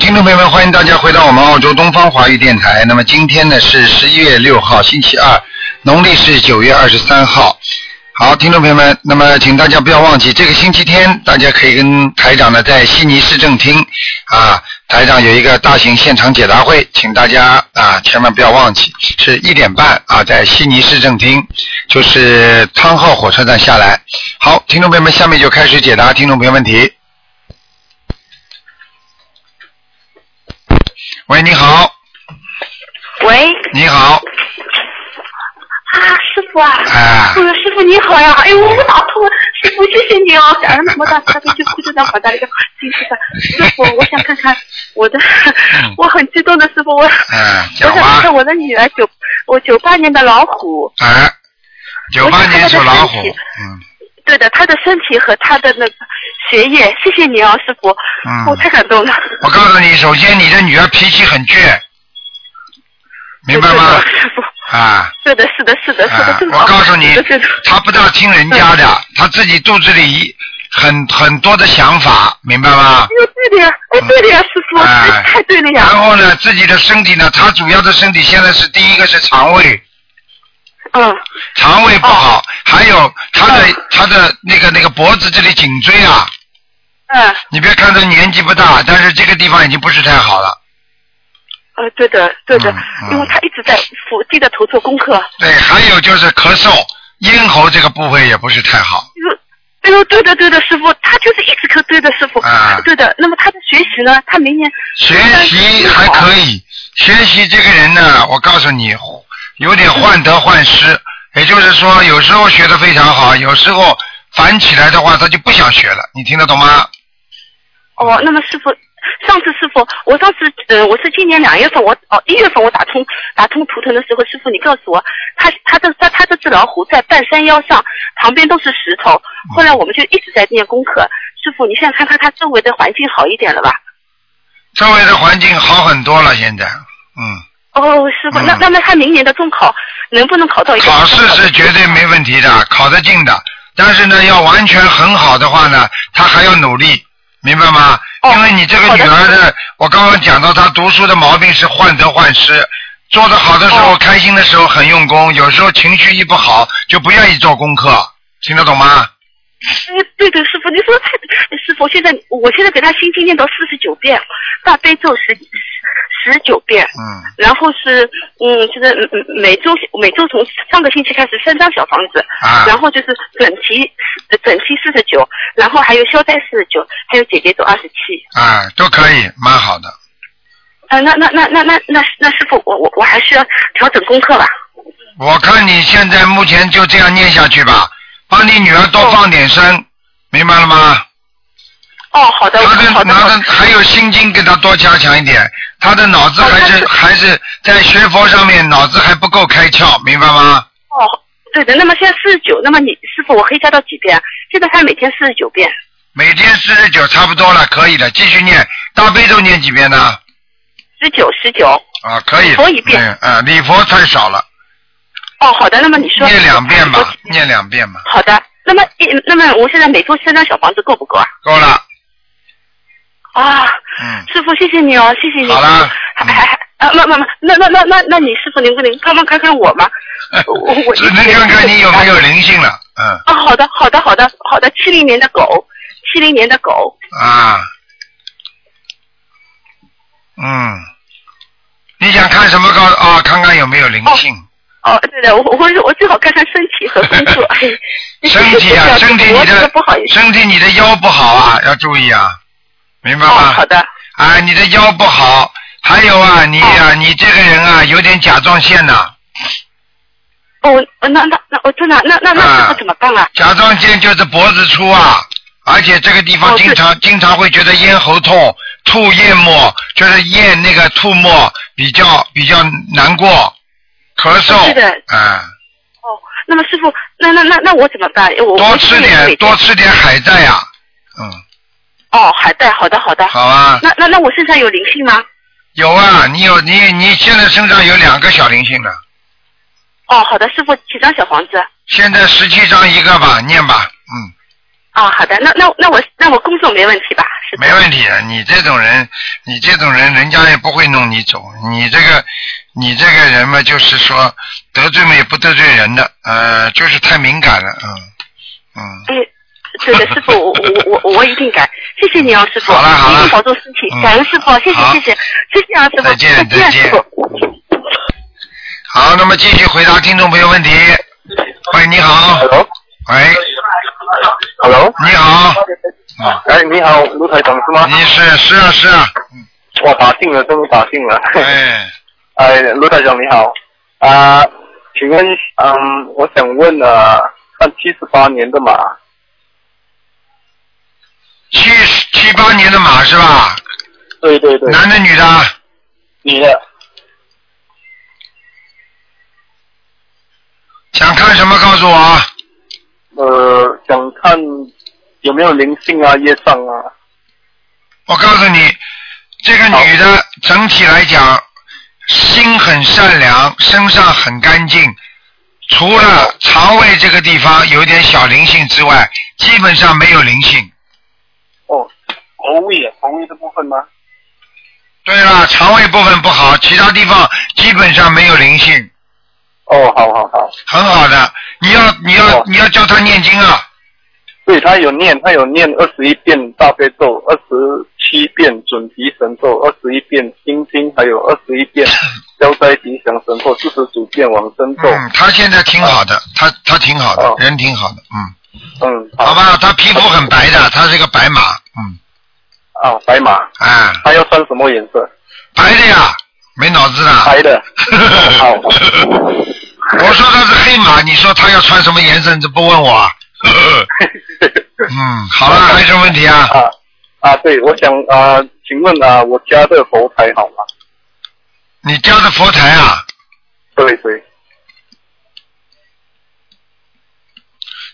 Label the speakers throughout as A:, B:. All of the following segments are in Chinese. A: 听众朋友们，欢迎大家回到我们澳洲东方华语电台。那么今天呢是十一月六号，星期二，农历是九月二十三号。好，听众朋友们，那么请大家不要忘记，这个星期天大家可以跟台长呢在悉尼市政厅啊，台长有一个大型现场解答会，请大家啊千万不要忘记，是一点半啊，在悉尼市政厅，就是汤浩火车站下来。好，听众朋友们，下面就开始解答听众朋友问题。喂，你好，
B: 喂，
A: 你好，
B: 啊，师傅啊，
A: 哎
B: 嗯，师傅你好呀，哎呦，我打通了，师傅谢谢你哦，感恩莫大慈悲救苦救难广大力量，谢谢的，师傅，我想看看我的， 我很激动的师傅，我我
A: 嗯，
B: 想
A: 讲
B: 看
A: 话，
B: 看我的女儿九，我九八年的老虎，
A: 哎，九八年属老虎，
B: 我想看看她的身体
A: 嗯
B: 对的，她的身体和她的那个学业，谢谢你哦，师傅，我
A: 嗯，
B: 太感动了，
A: 我告诉你，首先你的女儿脾气很倔，明白吗
B: 对？的师傅，
A: 啊，
B: 对的，是的，是的，呃是的，
A: 啊
B: 正
A: 我告诉你
B: 是的是的嗯
A: 她不大听人家的，她自己肚子里很很多的想法，明白吗？嗯
B: 哎呦，对的呀，哎，对的呀，师傅，
A: 哎
B: 太对了
A: 然
B: 呀，
A: 后呢，自己的身体呢，她主要的身体现在是第一个是肠胃，
B: 嗯，
A: 肠胃不好，还有她的
B: 哦
A: 她的那个那个脖子这里颈椎啊，
B: 嗯，
A: 你别看他年纪不大，但是这个地方已经不是太好了。
B: 呃，对的，对的，
A: 嗯嗯
B: 因为他一直在伏低着头做功课。
A: 对，还有就是咳嗽，咽喉这个部位也不是太好。
B: 哎呦，对的，对的，师傅，他就是一直咳，对的，师傅，
A: 啊
B: 对的。那么他的学习呢？他明年
A: 学习还可以，学习这个人呢，我告诉你，有点患得患失，也就是说，有时候学的非常好，有时候反起来的话，他就不想学了。你听得懂吗？
B: 哦，那么师傅，上次师傅，我上次呃，我是今年两月份，我哦一月份我打通打通图腾的时候，师傅你告诉我，他他这他他这只老虎在半山腰上，旁边都是石头。后来我们就一直在念功课。师傅，你现在看看他周围的环境好一点了吧？
A: 周围的环境好很多了，现在，嗯。
B: 哦，师傅，那
A: 嗯
B: 那么他明年的中考能不能考到一个
A: 考
B: 比较
A: 试
B: 好的
A: 是绝对没问题的，考得进的。但是呢，要完全很好的话呢，他还要努力，明白吗？
B: 哦
A: 因为你这个女儿
B: 好
A: 呢，我刚刚讲到她读书的毛病是患得患失，做得好的时候、
B: 哦
A: 开心的时候很用功，有时候情绪一不好就不愿意做功课，听得懂吗？
B: 哎对对，师傅，你说太哎师傅，现在我现在给他心经念到四十九遍，大悲咒十十九遍，
A: 嗯，
B: 然后是嗯，就是嗯嗯每周每周从上个星期开始三张小房子，
A: 啊，
B: 然后就是整齐整齐四十九，然后还有消灾四十九，还有姐姐咒二十七。
A: 啊，都可以，蛮好的。
B: 啊，那那那那那那那师傅，我我我还需要调整功课吧？
A: 我看你现在目前就这样念下去吧，帮你女儿多
B: 哦
A: 放点声，明白了吗？
B: 哦，好的，
A: 他的
B: 好的，好
A: 他
B: 的
A: 的还有心经给他多加强一点，他的脑子还是
B: 哦
A: 还是在学佛上面脑子还不够开窍，明白吗？
B: 哦，对的。那么现在四十九，那么你师傅我可以加到几遍？啊现在他每天四十九遍。
A: 每天四十九差不多了，可以了，继续念大悲咒念几遍呢？
B: 十九十九。
A: 啊，可以。
B: 礼佛一遍
A: 嗯啊，礼佛太少了，
B: 哦，好的，那么你说
A: 念两遍吧，
B: 我
A: 念两遍吧，
B: 好的，那么一那么我现在每周三张小房子够不够啊？
A: 够了。
B: 啊，
A: 嗯，
B: 师傅，谢谢你哦，谢谢你。
A: 好嗯啦
B: 还还还啊，那那那那那那那你师傅，您不能帮忙看看我 吗？我我
A: 只能看看你有没有灵性了。嗯
B: 啊，好的，好的，好的，好的，七零年的狗，七零年的狗，
A: 啊，嗯，你想看什么高啊？看看有 没有灵性。
B: 哦，对的，我我我我最好看看身体和工 作。哎
A: 身体 啊，身体
B: 我
A: 你
B: 觉得
A: 的
B: 不好意思。
A: 身体你的腰不好啊，要注意啊，明白
B: 哦，
A: 吗？
B: 好的，
A: 啊，你的腰不好，还有啊，你啊，你这个人啊，有点甲状腺呐、
B: 哦，那那那我真的那那那
A: 啊
B: 师傅怎么办 啊？
A: 甲状腺就是脖子粗啊，而且这个地方
B: 哦
A: 经常、经常会觉得咽喉痛、吐咽沫，就是咽那个吐沫比较比较难过，咳嗽，
B: 对的
A: 啊，
B: 哦，那么师傅，那那那那我怎么办？我
A: 多吃点多。吃点海带呀、嗯，
B: 我哦，海带，好的好的。
A: 好啊，
B: 那那那我身上有灵性吗？
A: 有啊，你有你你现在身上有两个小灵性了。
B: 哦，好的，师傅，几张小房子？
A: 现在十七章一个吧，念吧，嗯，
B: 哦，好的，那那那我那我工作没问题吧？是吧
A: 没问题的。你这种人，你这种人，人家也不会弄你走。你这个，你这个人嘛，就是说得罪嘛也不得罪人的，呃，就是太敏感了，嗯嗯。
B: 嗯，对的，师傅，我我我我一定改，谢谢你啊，师傅，
A: 好了好了
B: 一定保重身体，
A: 嗯
B: 感恩师傅，谢谢
A: 好
B: 谢谢，谢谢啊，师傅，
A: 再见再见
B: 师傅。
A: 好，那么继续回答听众朋友问题。喂，你好，喂，
C: Hello，Hello，
A: 你好，啊，
C: 哎，你好，卢台长是吗？
A: 你是是啊是啊，
C: 我打进了，终于打进了。
A: 哎，
C: 哎，卢台长你好，啊、请问，嗯，我想问呃，看七十八年的马，
A: 七七八年的马是吧？
C: 对对对，
A: 男的女的？
C: 女的，
A: 想看什么告诉我啊？
C: 呃，想看有没有灵性啊、业障啊？
A: 我告诉你，这个女的整体来讲，心很善良，身上很干净，除了肠胃这个地方有点小灵性之外，基本上没有灵性。
C: 哦，喉位啊，喉位的部分吗？
A: 对了，肠胃部分不好，其他地方基本上没有灵性，
C: 哦，好好好，
A: 很好的。你要 你要
C: 哦
A: 你要教她念经啊，
C: 对他有念，他有念二十一遍大悲咒，二十七遍准提神咒，二十一遍心经，还有二十一 遍消灾吉祥神咒，四十九遍往生咒。
A: 嗯，她现在挺好的，她她挺好的
C: 哦，
A: 人挺好的，嗯，
C: 嗯，
A: 好吧，她皮肤很白的，她是个白马，嗯，
C: 啊，白马，
A: 哎，
C: 他要穿什么颜色？
A: 白的呀，没脑子的。。
C: 白的。好
A: 我说他是黑马，你说他要穿什么颜色，你都不问我 啊。嗯，好了，还有什么问题啊？
C: 啊啊，对，我想啊，请问啊，我家的佛台好吗？
A: 你家的佛台啊，
C: 对对，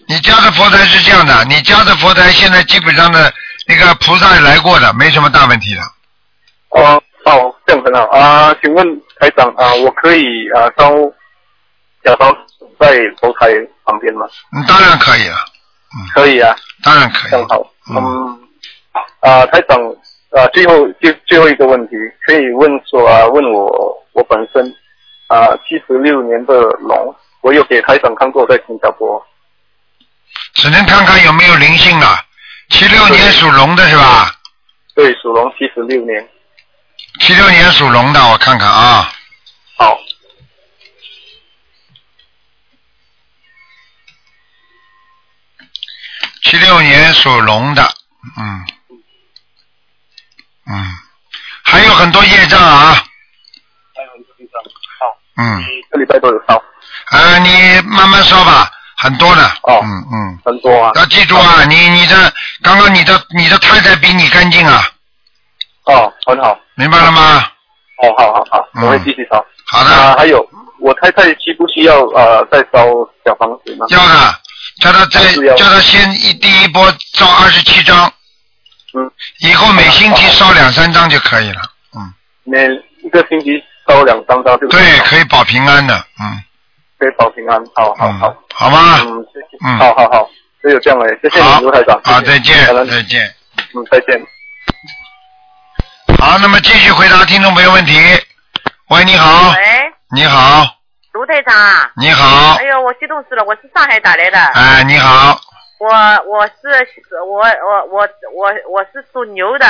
A: 你家的佛台是这样的，你家的佛台现在基本上的那个菩萨也来过的，没什么大问题的。
C: 哦哦，这样很好啊。请问台长啊，我可以啊烧假烧在佛台旁边吗？
A: 嗯，当然可以了，
C: 可以啊，
A: 当然嗯可以
C: 这。样好。
A: 嗯
C: 嗯，啊，台长，啊，最后最最后一个问题，可以问说啊，问我我本身啊，七十六年的龙，我有给台长看过，在新加坡。
A: 只能看看有没有灵性了。七六年属龙的是吧？
C: 对，属龙七十六年。
A: 七六年属龙的，我看看啊。
C: 好，
A: 七六年属龙的，嗯，嗯，还有很多业障啊，
C: 好，
A: 嗯，
C: 这礼拜都有烧，
A: 呃，你慢慢说吧，很多的，
C: 哦
A: 嗯嗯，
C: 很多啊。
A: 要记住啊，你你的刚刚你的你的太太比你干净啊，
C: 哦，很好，
A: 明白了吗？
C: 哦，好好好，
A: 嗯
C: 我会继续烧。
A: 好
C: 啊，
A: 的，
C: 还有，我太太需不需要呃再烧小房子呢？
A: 要的，叫他再
C: 是要
A: 叫他先一第一波照二十七章，
C: 嗯，
A: 以后每星期烧两三张就可以了，
C: 每一个星期烧两三张
A: 对，
C: 就可以
A: 可以保平安的，嗯，
C: 可以保平安。好好
A: 嗯
C: 好。，
A: 好吗？
C: 嗯，谢谢，
A: 嗯
C: 好好好，只有这样了，谢谢
A: 好
C: 你，卢台长，
A: 啊，
C: 谢谢
A: 再见
C: 好的，
A: 再见。
C: 嗯，再见。
A: 好，那么继续回答听众朋友问题。喂，哎你好，
D: 喂，
A: 你好，
D: 卢队长啊！
A: 你好
D: 哎，呦，我激动死了！我是上海打来的，
A: 哎，你好，
D: 我我是我我我我我是属牛的，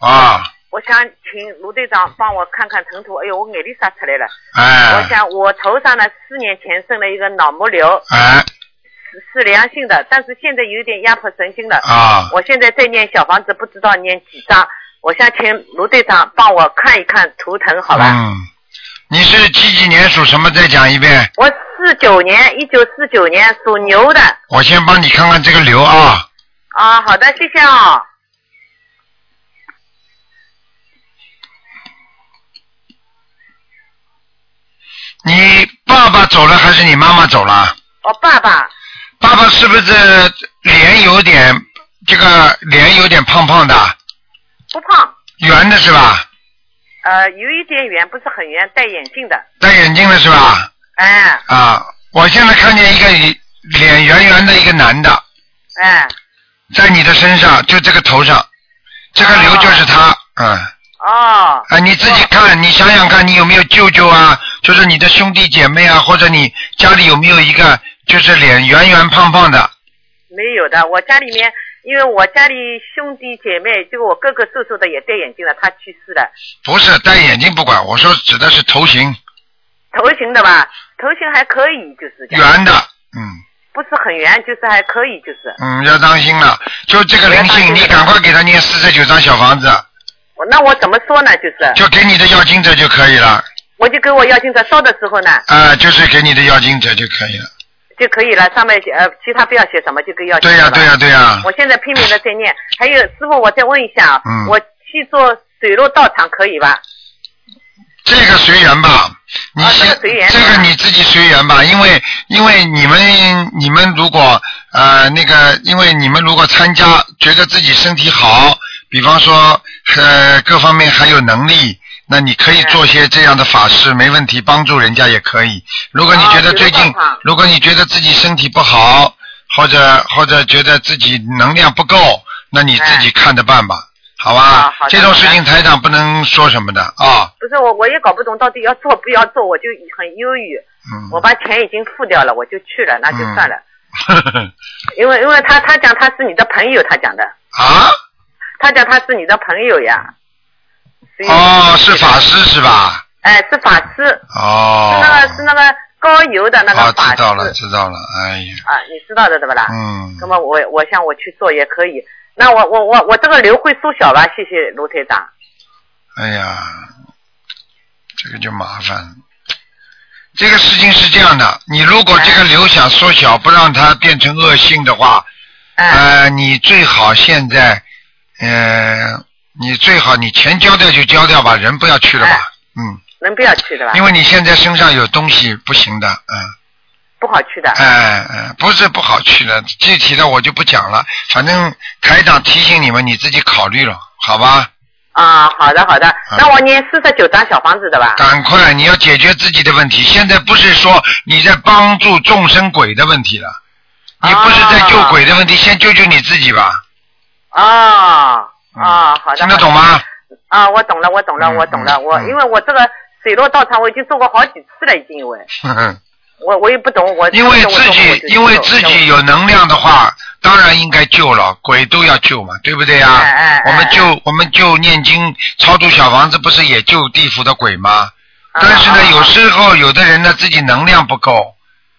A: 啊，
D: 我想请卢队长帮我看看腾图。哎呦，我眼泪杀出来了！我
A: 哎，
D: 想我头上呢，四年前生了一个脑膜瘤，
A: 哎，
D: 是是良性的，但是现在有点压迫神经了。
A: 啊，
D: 我现在在念小房子，不知道念几张。我想请卢队长帮我看一看图腾，好吧？
A: 嗯，你是几几年属什么？再讲一遍，
D: 我四九年，一九四九年属牛的。
A: 我先帮你看看这个瘤啊，
D: 啊，好的，谢谢啊、
A: 你爸爸走了还是你妈妈走了？
D: 我爸爸，
A: 爸爸是不是脸有点这个脸有点胖胖的，
D: 不胖，
A: 圆的是吧？
D: 呃，有一点圆，不是很圆，戴眼镜的，
A: 戴眼镜的是吧？
D: 哎
A: 啊，我现在看见一个脸圆圆的一个男的，
D: 哎，
A: 在你的身上，就这个头上，这个瘤就是他，嗯。
D: 哦，
A: 啊，你自己看，你想想看，你有没有舅舅啊？就是你的兄弟姐妹啊，或者你家里有没有一个就是脸圆圆胖胖的？
D: 没有的，我家里面，因为我家里兄弟姐妹，就我哥哥瘦瘦的也戴眼镜了，他去世了，
A: 不是戴眼镜不管，我说指的是头型
D: 头型的吧，头型还可以，就是这样
A: 圆的，嗯
D: 不是很圆，就是还可以，就是
A: 嗯，要当心了。就这个灵性，你赶快给他念四十九张小房子，
D: 我那我怎么说呢？就是
A: 就给你的要经者就可以了，
D: 我就给我要经者烧的时候呢
A: 啊、就是给你的要经者就可以了。
D: 就可以了，上面写呃其他不要写什么，就给要经
A: 对
D: 者
A: 呀、
D: 了
A: 对呀、对呀、
D: 我现在拼命的在念，还有师傅，我再问一下啊，
A: 嗯
D: 我去做水陆道场可以吧？
A: 这个随缘吧，你
D: 啊
A: 先、
D: 这个随缘
A: 这个你自己随缘吧，因为因为你们你们如果呃那个，因为你们如果参加，觉得自己身体好，比方说呃各方面还有能力。那你可以
D: 嗯
A: 做些这样的法事，没问题，帮助人家也可以。如果你觉得
D: 啊
A: 最
D: 有
A: 近
D: 的方法，
A: 如果你觉得自己身体不好，或者或者觉得自己能量不够，那你自己看着办吧，好吧
D: 嗯啊？好的
A: 这种
D: 好
A: 事
D: 的
A: 情台长不能说什么的啊。
D: 不是我，我也搞不懂到底要做不要做，我就很忧郁。
A: 嗯。
D: 我把钱已经付掉了，我就去了，那就算了。
A: 呵呵呵
D: 因为因为他他讲他是你的朋友，他讲的，
A: 啊？
D: 他讲他是你的朋友呀。所以
A: 哦，是法。师是吧？
D: 哎，是法师，是
A: 哦。
D: 那个是那个高邮的那
A: 啊，
D: 个法师。
A: 知道了，知道了。哎呀，
D: 啊，你知道的对不啦？
A: 嗯
D: 那，么我我想我去做也可以。那我我我我这个瘤会缩小吧？谢谢卢台长。
A: 哎呀，这个就麻烦了。这个事情是这样的，你如果这个瘤想缩小，不让它变成恶性的话，
D: 哎，
A: 呃，你最好现在，呃，你最好你钱交掉就交掉吧，人不要去了吧，嗯，
D: 哎能不要去的吧？
A: 因为你现在身上有东西不行的，嗯。
D: 不好去的。
A: 哎、哎，不是不好去了，具体的我就不讲了。反正台长提醒你们，你自己考虑了，好吧？
D: 啊，好的好的，
A: 嗯
D: 那我念四十九张小房子的吧。
A: 赶快，你要解决自己的问题。现在不是说你在帮助众生鬼的问题了，你不是在救鬼的问题，先救救你自己吧。
D: 啊啊，好的。
A: 嗯听得懂
D: 好的？
A: 吗？
D: 啊，我懂了，我懂了，
A: 嗯
D: 我懂了。
A: 嗯
D: 我
A: 嗯
D: 因为我这个水落道场我已经做过好几次了，已经因为
A: 哼哼
D: 我我也不懂，我
A: 因为
D: 我做
A: 自
D: 过
A: 己
D: 我就
A: 因为自己有能量的话，当然应该救了，鬼都要救嘛，对不对呀、
D: 哎哎哎
A: 我们救我们救念经超度小房子，不是也救地府的鬼吗？
D: 啊
A: 但是
D: 啊
A: 呢，
D: 啊
A: 有时候有的人呢自己能量不够，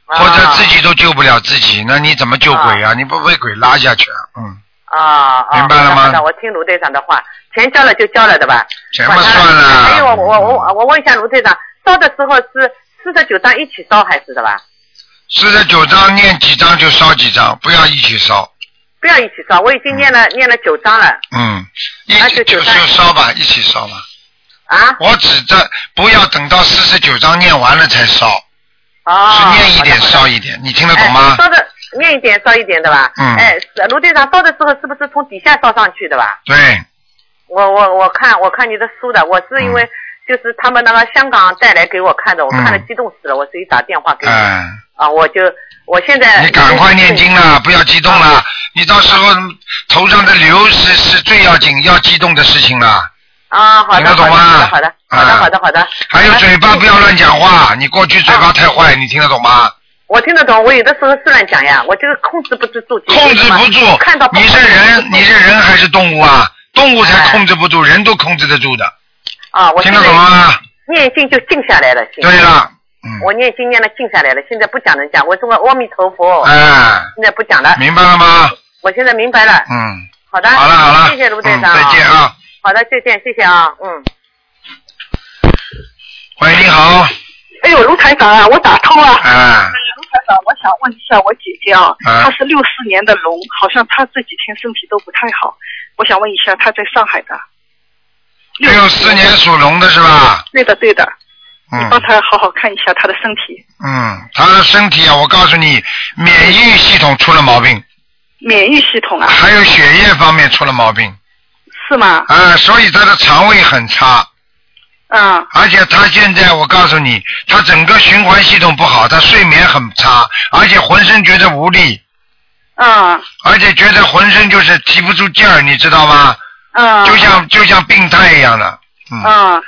D: 啊
A: 或者自己都救不了自己，那你怎么救鬼啊？你不被鬼拉下去啊？嗯，
D: 啊啊，
A: 明白了吗
D: 好的，好的我听卢队长的话，钱交了就交了的吧。
A: 什么
D: 管他
A: 算了？嗯
D: 还有我我我我问一下卢队长，烧的时候是四十九张一起烧还是的吧？
A: 四十九章念几章就烧几章，不要一起烧。
D: 不要一起烧，我已经念了念了九张了
A: 嗯，一
D: 那
A: 起
D: 就
A: 就
D: 九
A: 就
D: 章
A: 烧吧，一起烧吧。
D: 啊。
A: 我指着不要等到四十九章念完了才烧，
D: 哦，
A: 是念一点
D: 好的
A: 烧一点，你听得懂吗
D: 哎？烧的念一点烧一点的吧。
A: 嗯
D: 哎，是卢队长烧的时候是不是从底下烧上去的吧？
A: 对，
D: 我我我看我看你的书的，我是因为就是他们那个香港带来给我看的，我看了
A: 嗯
D: 激动死了，我所以打电话给你、
A: 哎、
D: 啊，我就我现在嗯
A: 你赶快念经啦，不要激动啦，你到时候头上的瘤是是最要紧要激动的事情啦。
D: 啊，好
A: 听
D: 的，
A: 得懂
D: 好的，
A: 吗
D: 好的，好的，
A: 啊
D: 好的，好的，
A: 还有嘴巴不要乱讲话，你过去嘴巴太坏，你听得懂
D: 啊
A: 吗？
D: 我听得懂，我有的时候是乱讲呀，我就是控制不住自己，
A: 控制不
D: 我
A: 住
D: 看到，
A: 你是人，你是人还是动物啊？动物才
D: 哎
A: 控制不住，人都控制得住的，
D: 啊，我
A: 听
D: 现
A: 得
D: 在
A: 懂吗？
D: 念经就静下来了，现在
A: 对了，嗯，
D: 我念经念了静下来了，现在不讲人讲，我说阿弥陀佛，
A: 哎，
D: 现在不讲了，
A: 明白了吗？
D: 我现在明白了，
A: 嗯，
D: 好的，
A: 好了好了，
D: 谢谢卢队
A: 嗯
D: 长，
A: 再见，啊。
D: 好的，再见，谢谢啊，嗯。
A: 喂，你好，
E: 哎呦，卢台长啊，我打通了。
A: 哎，
E: 卢台长，我想问一下我姐姐啊，
A: 啊
E: 她是六四年的龙，好像她这几天身体都不太好，我想问一下她在上海的。
A: 六四年属龙的是吧？
E: 对的对的，你帮
A: 嗯
E: 她好好看一下她的身体，
A: 嗯，他的身体啊，我告诉你，免疫系统出了毛病，
E: 免疫系统啊，
A: 还有血液方面出了毛病
E: 是吗？
A: 啊，所以他的肠胃很差，
E: 嗯，
A: 而且他现在我告诉你，他整个循环系统不好，他睡眠很差，而且浑身觉得无力，
E: 嗯，嗯
A: 而且觉得浑身就是提不出劲儿，你知道吗？
E: 嗯，
A: 就像就像病态一样的，嗯，
E: 嗯，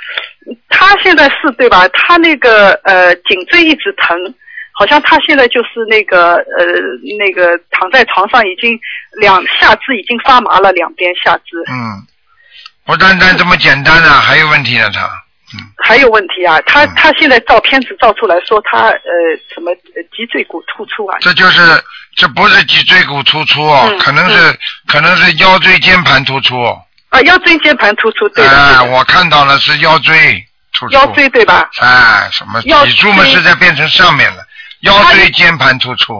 E: 他现在是对吧？他那个呃颈椎一直疼，好像他现在就是那个呃那个躺在床上已经两下肢已经发麻了，两边下肢
A: 嗯，不单单这么简单啊，还有问题呢，他，
E: 还有问题啊。他
A: 嗯
E: 他现在照片子照出来说他呃什么呃脊椎骨突出啊，
A: 这就是这不是脊椎骨突出哦，
E: 嗯
A: 可能是、可能是腰椎间盘突出，哦
E: 啊腰椎间盘突出对
A: 哎、
E: 的，对的
A: 我看到了是腰椎突出，
E: 腰椎对吧？
A: 哎，什么
E: 腰
A: 脊柱嘛
E: 椎
A: 是在变成上面了，腰
E: 他
A: 椎间盘突出。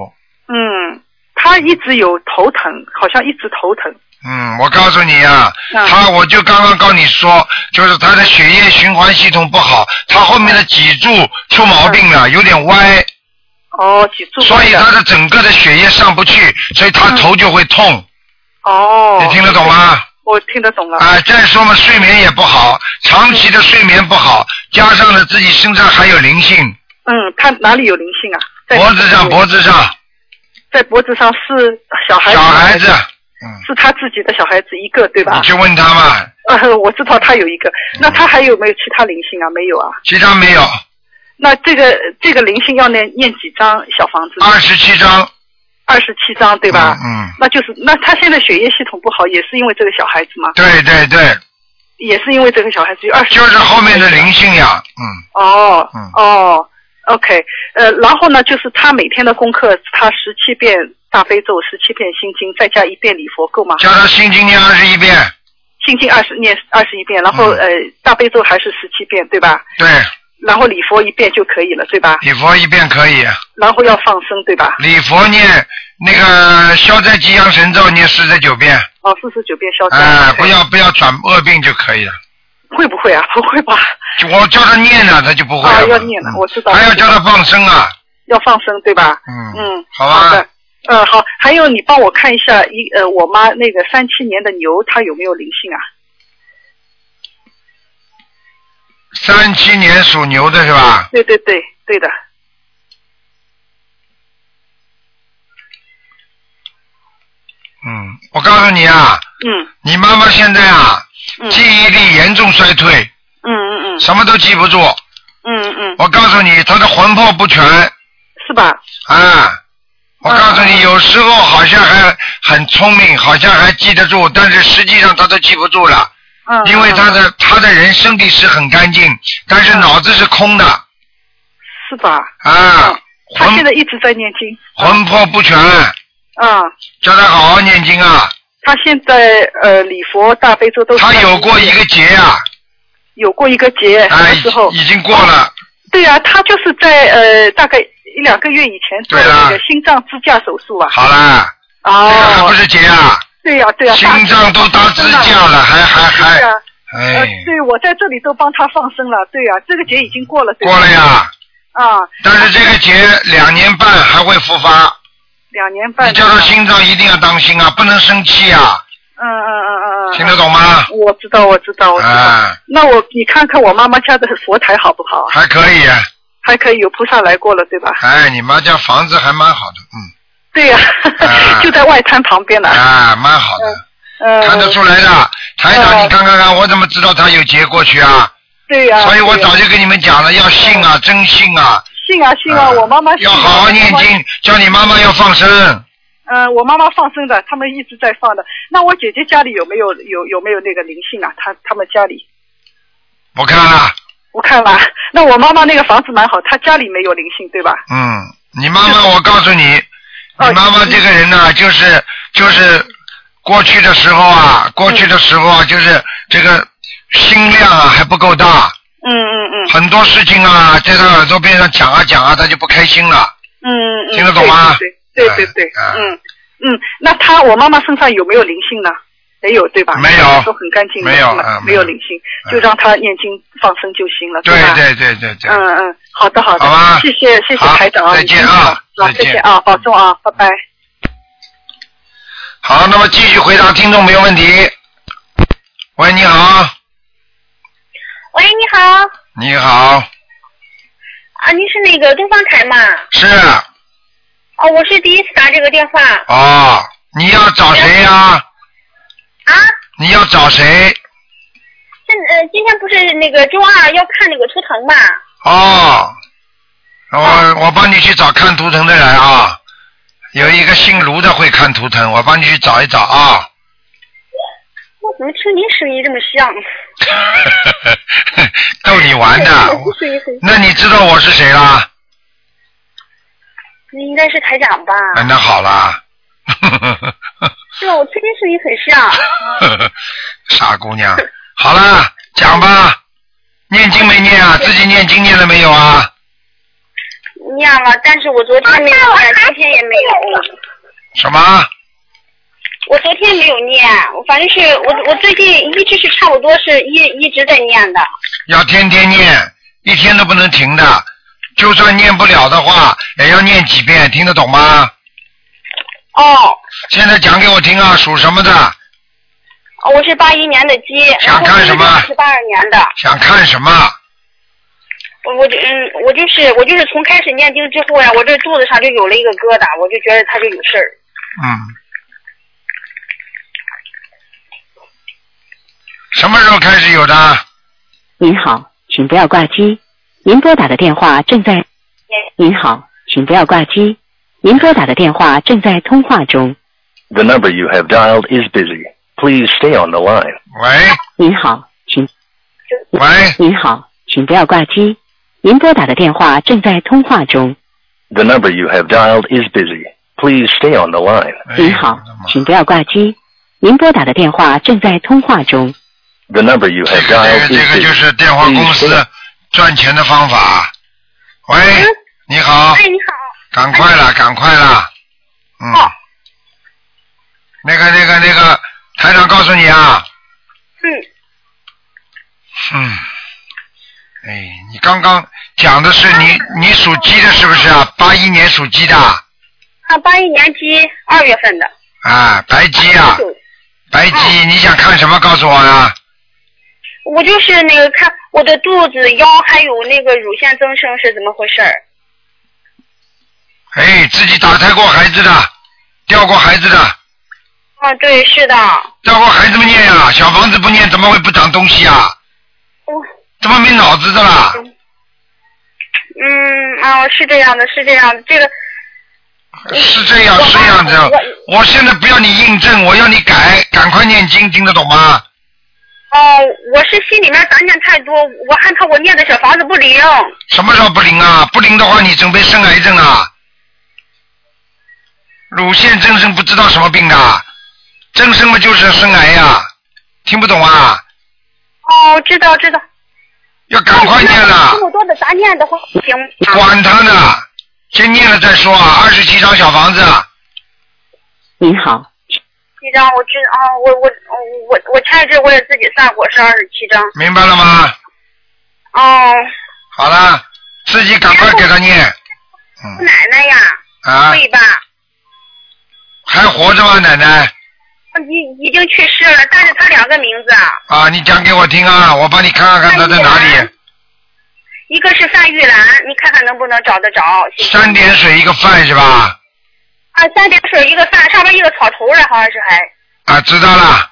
E: 嗯，他一直有头疼，好像一直头疼。
A: 嗯，我告诉你啊，
E: 嗯
A: 他我就刚刚告你说，就是他的血液循环系统不好，他后面
E: 嗯
A: 的脊柱出毛病了，有点歪，
E: 哦，脊柱
A: 所以
E: 歪了嗯
A: 他的整个的血液上不去，所以他头就会痛，
E: 哦，
A: 你听得懂吗？
E: 我听得懂了。
A: 啊，再说嘛，睡眠也不好，长期的
E: 嗯
A: 睡眠不好，加上了自己身上还有灵性，
E: 嗯，他哪里有灵性啊？在
A: 脖子上脖子上，
E: 在脖子上是小孩
A: 小孩
E: 子
A: 子，嗯，
E: 是他自己的小孩子一个对吧
A: 你？去问他嘛，
E: 呃， 我知道他有一个，那他还有没有其他灵性啊？没有啊。
A: 其他没有，
E: 那这个这个灵性要念念几张小房子呢？
A: 二十七章，
E: 二十七张对吧？
A: 嗯，嗯
E: 那就是那他现在血液系统不好，也是因为这个小孩子吗？
A: 对对对，
E: 也是因为这个小孩子有二十。
A: 就是后面的灵性呀，嗯。
E: 哦，
A: 嗯
E: 哦，OK，呃，然后呢，就是他每天的功课，他十七遍大悲咒，十七遍心经，再加一遍礼佛，够吗？
A: 叫他心经念二十一遍，
E: 心经二十念二十一遍，然后、
A: 嗯
E: 呃大悲咒还是十七遍，对吧？
A: 对，
E: 然后礼佛一遍就可以了，对吧？
A: 礼佛一遍可以，
E: 然后要放生，对吧？
A: 礼佛念那个消灾吉祥神咒念四十九遍，
E: 哦，四十九遍消灾。
A: 哎、不
E: OK
A: 要不要转恶病就可以了。
E: 会不会啊？ 不会吧？
A: 就我叫他念了，他就不会
E: 啊
A: 了。
E: 要念了
A: 嗯
E: 我知道
A: 还要
E: 我知
A: 叫
E: 道
A: 他放生啊，
E: 要放生，对吧？
A: 嗯
E: 嗯，
A: 好吧
E: 好的。嗯，好，还有你帮我看一下一呃，我妈那个三七年的牛，它有没有灵性啊？
A: 三七年属牛的是吧？
E: 对对对，对的。
A: 嗯，我告诉你啊，
E: 嗯
A: 你妈妈现在啊，
E: 嗯
A: 记忆力严重衰退，
E: 嗯嗯嗯
A: 什么都记不住。
E: 嗯嗯，
A: 我告诉你，她的魂魄不全
E: 是吧？啊
A: 啊。我告诉你，有时候好像还很聪明，好像还记得住，但是实际上她都记不住了，
E: 嗯，
A: 因为
E: 嗯
A: 她的她的人身体是很干净，但是脑子是空的
E: 嗯是吧？嗯
A: 啊，
E: 她现
A: 魂
E: 在一直在念经。
A: 魂魄不全。
E: 嗯，
A: 叫他好好念经啊。
E: 她现在呃礼佛大悲咒都是
A: 他有过一个劫啊，
E: 有过一个劫，什么
A: 哎
E: 时候，？
A: 已经过了，
E: 对啊，他就是在呃大概一两个月以前做的
A: 对啊
E: 那个心脏支架手术啊。
A: 好啦，这个还哎
E: 哦
A: 不，是劫啊，
E: 对呀、对呀、大
A: 心脏都搭支架了，还还
E: 对呀、
A: 还，
E: 呃
A: 哎，，
E: 对我在这里都帮他放生了，对呀、这个节已经过了，对吧
A: 过了呀。
E: 啊，
A: 但是这个劫两年半还会复发，
E: 两年半。
A: 你叫他心脏一定要当心啊，不能生气啊，
E: 嗯嗯嗯嗯嗯，
A: 听得懂吗？
E: 我知道，我知道，我知道。
A: 啊，
E: 那我你看看我妈妈家的佛台好不好啊？
A: 还可以，
E: 还可以有菩萨来过了，对吧？
A: 哎，你妈家房子还蛮好的，嗯，
E: 对呀、
A: 啊
E: 就在外滩旁边了。
A: 啊，蛮好的，
E: 呃，
A: 看得出来的。台长，
E: 嗯
A: 你看看看，我怎么知道他有劫过去啊？
E: 对呀、
A: 所以我
E: 对呀
A: 早就跟你们讲了，要信
E: 嗯
A: 啊，真信啊。
E: 信啊信啊，
A: 嗯
E: 我妈妈信、
A: 要
E: 啊、
A: 好好念
E: 我妈妈。
A: 经，叫你妈妈要放生。
E: 嗯、我妈妈放生的，他们一直在放的。那我姐姐家里有没有有有没有那个灵性啊？她他们家里，
A: 我看了，
E: 我看了。 那我妈妈那个房子蛮好，她家里没有灵性，对吧？
A: 嗯，你妈妈，我告诉你，
E: 哦嗯
A: 你妈妈这个人呢、就是就是过去的时候啊，
E: 嗯
A: 过去的时候啊，就是这个心量啊还不够大，
E: 嗯嗯嗯
A: 很多事情啊在她耳朵边上讲啊讲啊，她就不开心了。
E: 嗯嗯，
A: 听得懂吗
E: 对对对对对，
A: 哎哎
E: 嗯嗯。那她，我妈妈身上有没有灵性呢？没有对吧？
A: 没有
E: 都很干净的，
A: 没有
E: 是吧
A: 啊没
E: 没
A: 有
E: 有灵性，就
A: 哎
E: 让她念经放生就行了，
A: 对
E: 吧？
A: 对对对对，
E: 嗯嗯，好的好的，
A: 好吧
E: 谢谢谢谢
A: 好
E: 台长，
A: 再见啊
E: 好
A: 再见
E: 谢谢啊，保重啊，拜拜。
A: 好，那么继续回答听众没有问题。喂，你好，
F: 喂，你好，
A: 你好，
F: 啊，您是那个东方台吗？
A: 是，
F: 哦，
G: 哦，我是第一次打这个电话。
A: 啊，你要找谁呀、
G: 啊，
A: 你要找谁？
G: 现呃今天不是那个周二要看那个图腾嘛？
A: 哦，我我帮你去找看图腾的人啊，有一个姓卢的会看图腾，我帮你去找一找啊。
G: 我怎么听您声音这么像？
A: 逗你玩的，
G: 我声音很像。
A: 那你知道我是谁啦？
G: 你应该是台长吧？
A: 啊，那好啦，
G: 对啊吧？我听您声音很 像。
A: 傻姑娘，好啦，讲吧，念经没念啊？自己念经念了没有啊？
G: 念了，啊但是我昨天没有念，今天也没有。
A: 什么？
G: 我昨天没有念，我反正是我我最近一直是差不多是一一直在念的。
A: 要天天念，一天都不能停的。就算念不了的话，也要念几遍，听得懂吗？
G: 哦，
A: 现在讲给我听啊，属什么的？
G: 哦我是八一年的鸡，然
A: 想
G: 后
A: 看什么
G: 是八二年的。
A: 想看什么？
G: 我我就嗯，我就是我就是从开始念经之后呀，我这肚子上就有了一个疙瘩，我就觉得它就有事儿。
A: 嗯。什么时候开始有的？
H: 您好，请不要挂机。您拨打的电话正在。您好，请不要挂机。您拨打的电话正在通话中。
I: The number you have dialed is busy. Please stay on the line.
A: 喂
H: 您好，请。
A: 喂，
H: 您好，请不要挂机。您拨打的电话正在通话中。
I: The number you have dialed is busy. Please stay on the line.
H: 您好，请不要挂机。您拨打的电话正在通话中。
I: The number you have
A: 这个
I: dialed
A: 这
I: is
A: 个
I: busy.
A: 就是电话公
G: 嗯
A: 司赚钱的方法。喂，你好，
G: 哎，你好，哎哦
A: 赶快啦，赶快啦，嗯。那个那个那个，台长告诉你啊，
G: 嗯，
A: 嗯，哎，你刚刚讲的是你你属鸡的是不是啊？八一年属鸡的
G: 啊，八一年鸡二月份的。
A: 啊，白鸡啊，
G: 九哦
A: 白鸡，你想看什么？告诉我啊呀。
G: 我就是那个看我的肚子、腰还有那个乳腺增生是怎么回事儿？
A: 哎，自己打胎过孩子的，掉过孩子的，
G: 啊，对，是的，
A: 掉过孩子不念呀、小房子不念，怎么会不长东西啊？
G: 我
A: 怎么没脑子的啦？
G: 嗯啊，是这样的，是这样的，这个
A: 是这样，是这样子。我现在不要你印证，我要你改，赶快念经，听得懂吗？
G: 哦、我是心里面杂念太多，我害怕我念的小房子不灵。
A: 什么时候不灵啊？不灵的话，你准备生癌症啊？乳腺增生不知道什么病啊？增生嘛就是生癌呀、听不懂啊？
G: 哦，知道知道。
A: 要赶快念了
G: 那我那我这么多的杂念的话，行吗？
A: 管他呢，先念了再说啊。二十七张小房子，
H: 您好，
G: 七张，我知啊，我我我我前一阵我也自己算过是二十七张。
A: 明白了吗？
G: 哦，
A: 好了，自己赶快给他念
G: 我奶奶呀，
A: 嗯啊！
G: 对吧？
A: 还活着吗，奶奶？
G: 已已经去世了，但是她两个名字，
A: 啊，你讲给我听啊，我帮你看看看他在哪里。
G: 一个是范玉兰，你看看能不能找得着？行吗
A: 三点水一个饭是吧？
G: 啊，三点水一个饭，上面一个草头儿的，好像是还。
A: 啊，知道了。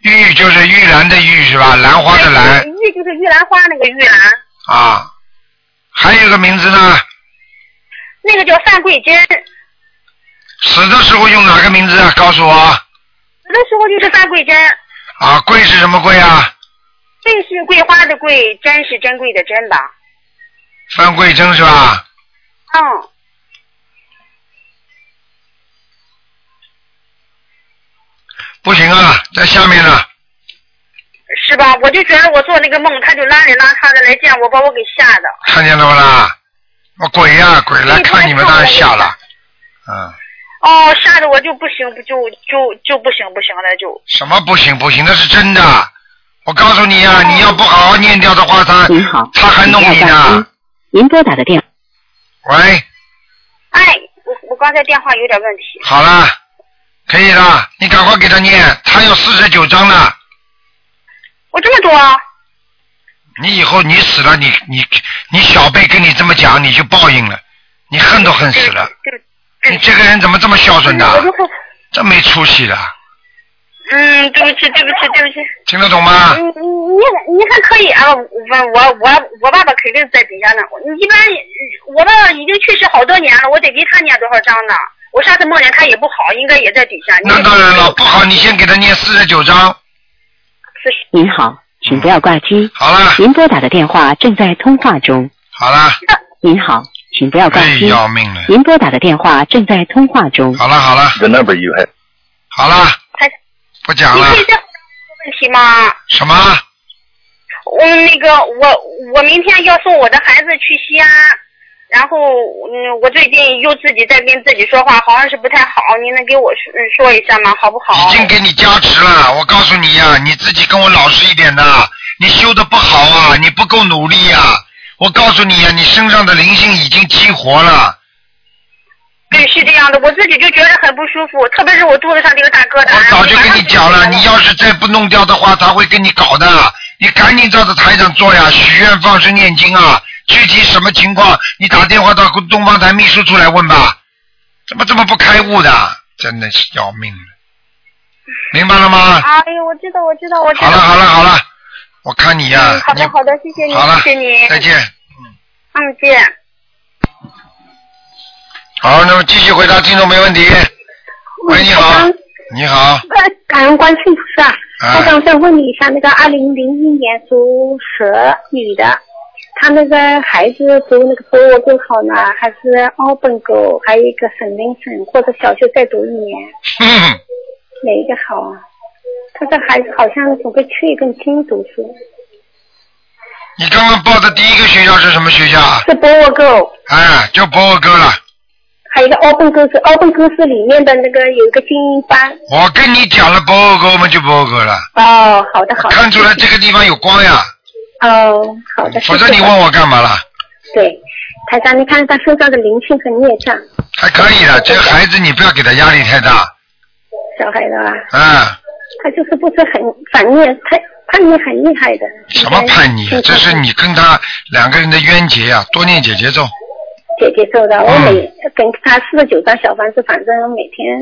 A: 玉就是玉兰的玉是吧？兰花的兰
G: 玉就是玉兰花那个玉兰，
A: 啊。还有一个名字呢，
G: 那个叫范桂珍，死
A: 死的时候用哪个名字啊？告诉我
G: 的时候就是范桂珍，
A: 啊。桂是什么桂啊？
G: 桂是桂花的桂，珍是珍贵的珍吧？
A: 范桂珍是吧？
G: 嗯，
A: 不行啊，在下面呢。
G: 是吧？我就觉得我做那个梦，他就拉里拉遢的来见我，把我给吓的。
A: 看见了不啦？我鬼呀、鬼来看你们，当然吓了。嗯，
G: 哦，吓得我就不行，不就就就不行不行了，就
A: 什么不行不行，那是真的。我告诉你呀、啊
G: 哦
A: 你要不好好念掉的话，他
H: 您好，
A: 他还
H: 请
A: 弄
H: 不要
A: 你
H: 挂
A: 呢
H: 机。。您拨打的电
A: 喂，
G: 哎，我我刚才电话有点问题。
A: 好了，可以了，你赶快给他念，他有四十九章呢。
G: 我这么多啊，
A: 你以后你死了，你你你小辈跟你这么讲，你就报应了，你恨都恨死了。
G: 对不起
A: 你这个人怎么这么孝顺
G: 我
A: 的
G: 就？会，
A: 真没出息的，
G: 嗯，对不起，对不起，对不起。
A: 听得懂吗？
G: 嗯你你你还可以啊，我我我我爸爸肯定在底下呢。你一般我爸爸已经去世好多年了，我得给他念多少章呢？我上次梦见他也不好，应该也在底下。你
A: 那当然了，不好你先给他念四十九章，
H: 您好，请不要挂机，
A: 好了，
H: 您拨打的电话正在通话中。
A: 好了，
H: 您好，请不要挂
A: 哎，
H: 机，
A: 要命了，
H: 您拨打的电话正在通话中。
A: 好了好了
I: The number you have.
A: 好了
G: 还，
A: 不讲
G: 你
A: 了
G: 可以，再问问题吗？
A: 什么？
G: 我那个我我明天要送我的孩子去西安，然后嗯，我最近又自己在跟自己说话，好像是不太好，您能给我说说一下吗？好不好？
A: 已经给你加持了，我告诉你呀、你自己跟我老实一点呐，你修的不好啊，你不够努力呀、我告诉你呀、你身上的灵性已经激活了，
G: 对，是这样的，我自己就觉得很不舒服，特别是我肚子上这个大疙瘩。
A: 我早就跟你讲了，
G: 然后
A: 你要是再不弄掉的话，他会跟你搞的。你赶紧照着台长做呀，许愿、放生、念经啊。具体什么情况，你打电话到东方台秘书处来问吧。怎么这么不开悟的？真的是要命了，明白了吗？
G: 哎呦，我知道，我知道，我知道。
A: 好了好了好了，我看你呀、
G: 嗯，好
A: 你
G: 的好的，谢谢您
A: 好了，
G: 谢谢您。
A: 再见。
G: 嗯，见。
A: 好，那么继续回答听众没问题。喂，你好，你好，
J: 感感恩观世音菩萨，
A: 啊
J: 我想问你一下，那个二零零一年属蛇女的，她那个孩子读那个博沃够好呢，还是澳本狗，还有一个省内省或者小学再读一年，
A: 嗯，
J: 哪一个好啊？她这孩子好像总归缺一根筋读书，
A: 你刚刚报的第一个学校是什么学校啊？
J: 是博沃够，
A: 哎，就博沃哥了。
J: 还有一个澳本狗是澳本狗是里面的那个有一个精英班。
A: 我跟你讲了博沃哥，我们就博沃哥了。
J: 哦，好的好的。
A: 看出来这个地方有光 呀，
J: 哦，好的。
A: 否则
J: 谢
A: 你
J: 谢
A: 问我干嘛啦？
J: 对，台长，你看他身上的灵性和孽障，
A: 还可以的，这孩子你不要给他压力太大，
J: 小孩的啊，
A: 嗯，
J: 他就是不是很反面，他叛逆很厉害的。
A: 什么叛 逆啊？这是你跟他两个人的冤结呀、多念姐姐咒，
J: 姐姐做的，我
A: 嗯
J: 每给他四十九张小房子，反正每天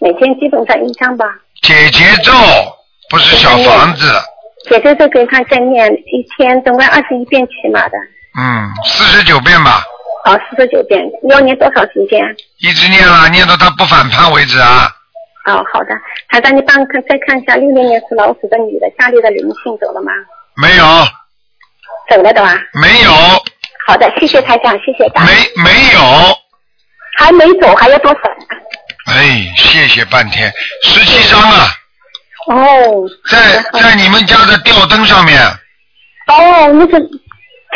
J: 每天基本上一张吧。
A: 姐姐咒不是小房子，
J: 姐姐就给他再念一天，总共二十一遍起码的，
A: 嗯，四十九遍吧，
J: 哦，四十九遍，要念多少时间？
A: 一直念了，念到他不反叛为止啊。
J: 哦，好的，台长，你帮我看再看一下六零年属老鼠的女的家里的灵性走了吗？
A: 没有，
J: 走了的吧？
A: 没有，
J: 好的，谢谢台长，谢谢大家。
A: 没没有，
J: 还没走，还要多少？
A: 哎，谢谢半天，十七张啊，
J: 哦
A: 在在你们家的吊灯上面。
J: 哦，那是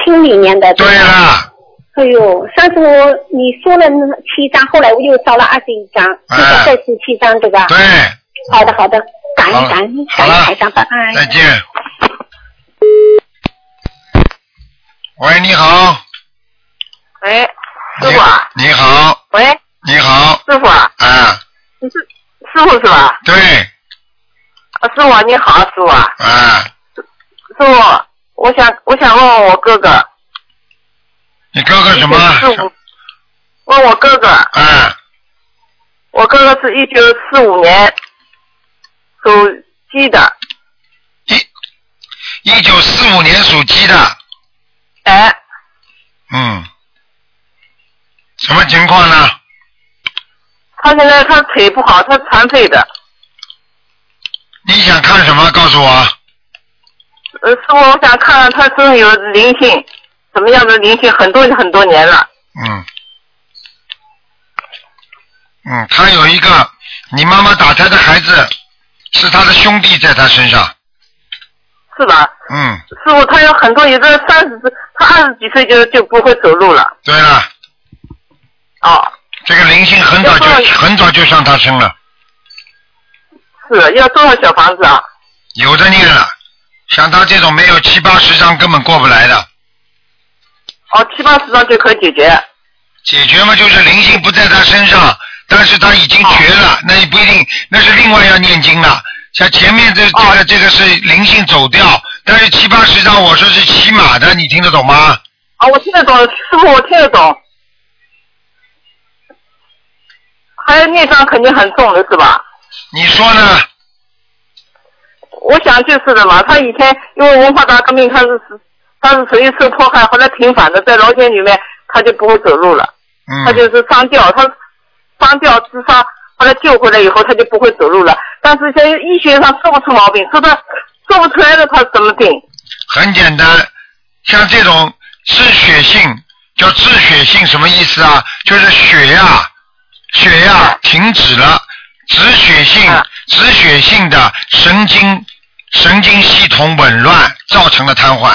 J: 厅里面的。
A: 对啊
J: 吧。
A: 啦，
J: 哎呦，上次我你说了那七张，后来我又烧了二十一张，
A: 哎
J: 现在再十七张，对吧？
A: 对，
J: 好的，好的，感
A: 好了
J: 恩感恩
A: 好
J: 感
A: 了
J: 恩台长，拜拜。
A: 再见。喂，你好，
K: 喂，
A: 你
K: 师傅啊，
A: 你好，
K: 喂，
A: 你好，
K: 师傅啊，
A: 啊，
K: 你是师傅是吧？
A: 对，
K: 啊，师傅啊你好，师傅啊，
A: 啊，
K: 师傅，我想我想问问我哥哥，
A: 你哥哥什么？
K: 四五，问我哥哥，
A: 啊，
K: 我哥哥是一九四五年属鸡的，
A: 一九四五年属鸡的，
K: 哎，
A: 嗯，什么情况呢？
K: 他现在他腿不好，他残废的，
A: 你想看什么？告诉我。
K: 呃，师傅，我想看看他身上有灵性，什么样的灵性？很多很多年了，
A: 嗯，嗯，他有一个，你妈妈打胎的孩子是他的兄弟在他身上，
K: 是吧？
A: 嗯，
K: 师傅，他有很多，有的三十，他二十几岁就就不会走路了。
A: 对了，
K: 哦，
A: 这个灵性很早就
K: 这个
A: 很早就上他身了，
K: 是要多少小房子啊？
A: 有的念了，像他这种没有七八十张根本过不来的，
K: 哦，七八十张就可以解决。
A: 解决嘛就是灵性不在他身上，但是他已经绝了，那也不一定，那是另外要念经了。像前面这这个这个是灵性走掉，但是七八十张我说是骑马的，你听得懂吗？
L: 啊
K: 哦，我听得懂，师傅，我听得懂。
L: 的孽障肯定很重的是吧？
A: 你说呢？
L: 我想就是的嘛，他以前因为文化大革命，他是他是属于受迫害，后来平反的，在牢监里面他就不会走路了，
A: 嗯
L: 他就是上吊，他上吊自杀，后来救回来以后他就不会走路了，但是现在医学上说不出毛病，说他说不出来的他什么病，
A: 很简单，像这种致血性叫致血性什么意思啊？就是血呀、血呀、停止了，止血
L: 啊
A: 性止血性的神经神经系统紊乱造成了瘫痪。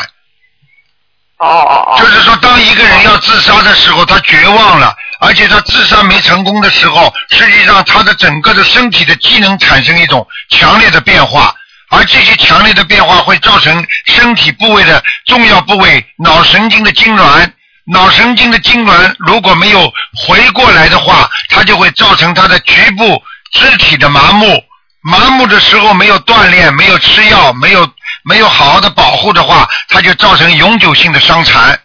L: 哦哦
A: 哦。就是说，当一个人要自杀的时候，他绝望了，而且他自杀没成功的时候，实际上他的整个的身体的机能产生一种强烈的变化，而这些强烈的变化会造成身体部位的重要部位脑神经的痉挛。脑神经的痉挛如果没有回过来的话，它就会造成他的局部肢体的麻木，麻木的时候没有锻炼、没有吃药、没有没有好好的保护的话，它就造成永久性的伤残。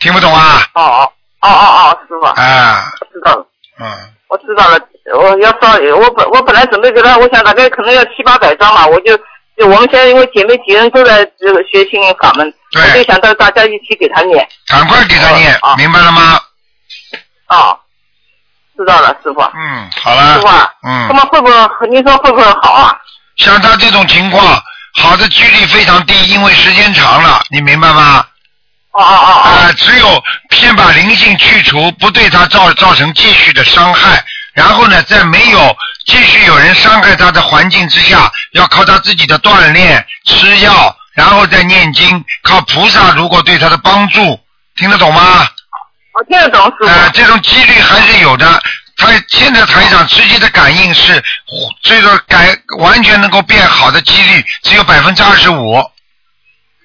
A: 听不懂啊？
L: 哦哦哦哦哦，师傅，
A: 啊，
L: 知道了。
A: 嗯，
L: 我知道了，我要烧，我本我本来准备给他，我想大概可能要七八百张嘛，我就就我们现在因为姐妹几人都在这个学心灵法门，我就想到大家一起给他念。
A: 赶快给他念，明白了吗？
L: 哦，知道了，师傅。
A: 嗯，好了。
L: 师傅啊，
A: 嗯
L: 那么会不会？您说会不会好啊？
A: 像他这种情况，好的几率非常低，因为时间长了，你明白吗？
L: 哦哦哦。
A: 啊、只有先把灵性去除，不对他造造成继续的伤害，然后呢，在没有继续有人伤害他的环境之下，要靠他自己的锻炼、吃药，然后再念经，靠菩萨如果对他的帮助，听得懂吗？
L: 我哦听得懂，师傅。
A: 呃，这种几率还是有的。他现在台长直接的感应是，这个改完全能够变好的几率只有百分之二十五。哦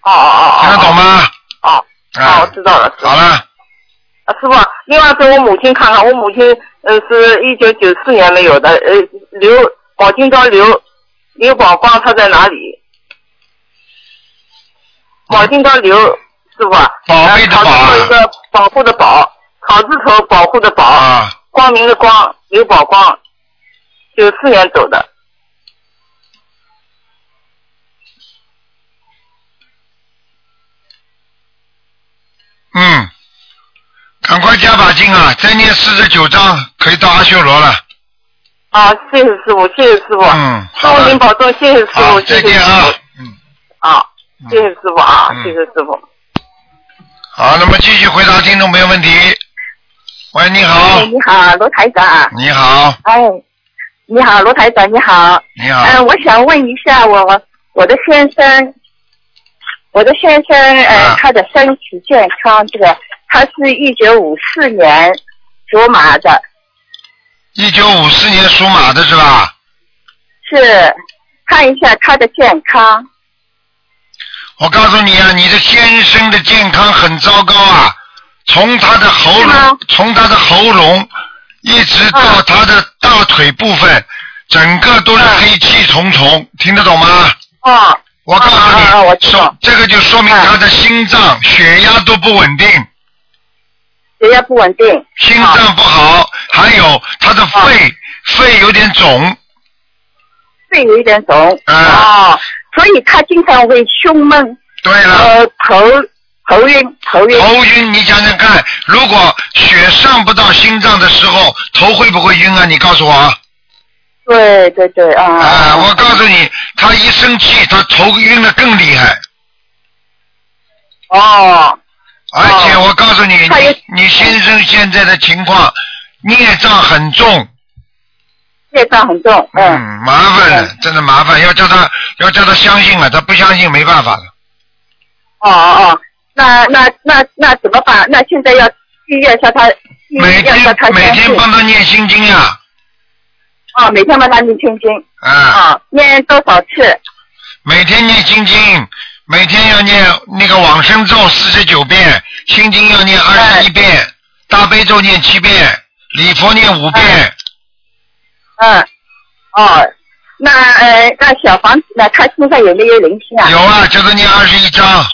L: 哦哦。
A: 听得懂吗？
L: 哦。
A: 啊，我
L: 知道了。
A: 好了，
L: 啊，师傅啊，另外给我母亲看看，我母亲呃是一九九四年没有的，呃刘宝金刀刘刘宝光他在哪里？宝金刀刘师傅啊，
A: 宝
L: 贝的宝、一个保护的宝，草字头保护的宝，
A: 啊
L: 光明的光，刘宝光，九四年走的。
A: 嗯，赶快加把劲啊！再念四十九章，可以到阿修罗了。
L: 啊，谢谢师傅，谢谢师傅。
A: 嗯，
L: 师傅您保重，谢谢师傅，谢谢师傅。啊，
A: 嗯
L: 谢谢师傅啊，谢谢师傅。
A: 好，那么继续回答听众朋友问题。喂，你好，
G: 哎，你好，罗台长。
A: 你好，
G: 哎，你好，罗台长，你好。
A: 你
G: 嗯、
L: 哎
A: 好，
G: 我想问一下我我我的先生，我的先生，呃，
A: 啊
G: 他的身体健康，这个他是一九五四年属马的，
A: 一九五四年属马的是吧？
G: 是看一下他的健康。
A: 我告诉你啊，你的先生的健康很糟糕啊，从他的喉咙，从他的喉咙一直
G: 嗯
A: 到他的大腿部分，整个都是黑气重
G: 嗯
A: 重，听得懂吗？
G: 啊，
A: 我告诉你，
G: 嗯
A: 说这个就说明他的心脏、血压都不稳定，
G: 血压不稳定，
A: 心脏不好，还有他的肺，
G: 嗯
A: 肺有点肿，
G: 肺有一点肿。哦，所以他经常会胸闷。
A: 啊对了。
G: 呃，头头晕，头晕。
A: 头晕，你想想看，如果血上不到心脏的时候，头会不会晕啊？你告诉我啊。
G: 对对对啊。
A: 啊，我告诉你，他一生气，他头晕的更厉害。
G: 哦。
A: 而且我告诉你，你你先生现在的情况，孽障很重。
G: 孽障很重。
A: 嗯，麻烦了，真的麻烦，要叫他要叫他相信了，他不相信没办法了。
G: 哦哦哦，那那那那怎么办？那现在要第一要叫他，第一
A: 每
G: 要叫
A: 天
G: 他
A: 每
G: 相
A: 天
G: 信。
A: 帮他念心经呀，
G: 啊、每天帮他念心经。
A: 啊。
G: 啊，念多少次？
A: 每天念心经，每天要念那个往生咒四十九遍，心经要念二十一遍，大悲咒念七遍，礼佛念五遍。
G: 嗯，哦，那呃，那小房子呢？他身上有没有灵性啊？
A: 有啊，叫他念二十一章。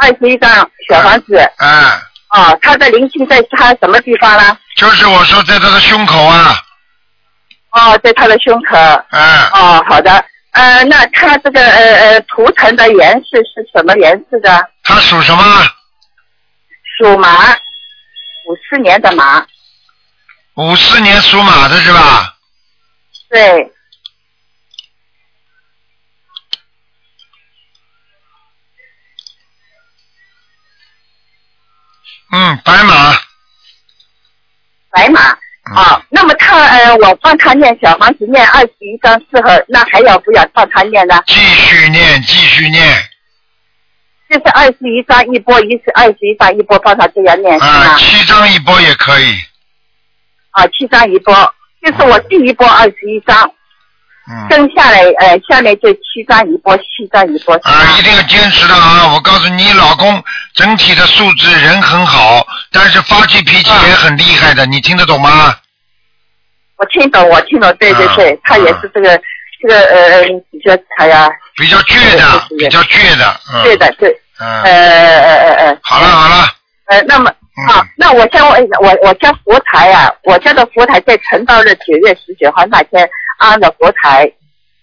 G: 二十一张小房子。
A: 嗯。
G: 哦，他的灵性在他什么地方啦？
A: 就是我说在他的胸口啊，
G: 哦，在他的胸口。
A: 嗯。
G: 哦，好的。呃，那他这个呃呃图腾的颜色是什么颜色的？
A: 他属什么？
G: 属马，五四年的马。
A: 五四年属马的是吧？
G: 对，
A: 嗯，白马，
G: 白马。
A: 嗯
G: 啊，那么他呃，我帮他念小房子念二十一章四合，那还要不要帮他念呢？
A: 继续念，继续念，
G: 就是二十一章一波，一是二十一章一波，帮他这样
A: 啊
G: 念是吗？
A: 七张一波也可以。
G: 啊，七章一波，就是我第一波二十一章，
A: 嗯，
G: 跟下来呃，下面就七章一波，七章一波。
A: 啊，一定要坚持的啊！我告诉你，你老公整体的素质人很好，但是发起脾气
G: 嗯
A: 也很厉害的，你听得懂吗？
G: 我听懂，我听懂，对
A: 啊
G: 对对，他也是这个这个呃呃比较哎呀，
A: 比较倔的，比较倔的，嗯，
G: 对的对，
A: 嗯，
G: 呃呃呃呃。
A: 好了好了，嗯
G: 呃，那么啊，那我家我我我家佛台啊，我家的佛台在陈到了九月十九号那天安的佛台，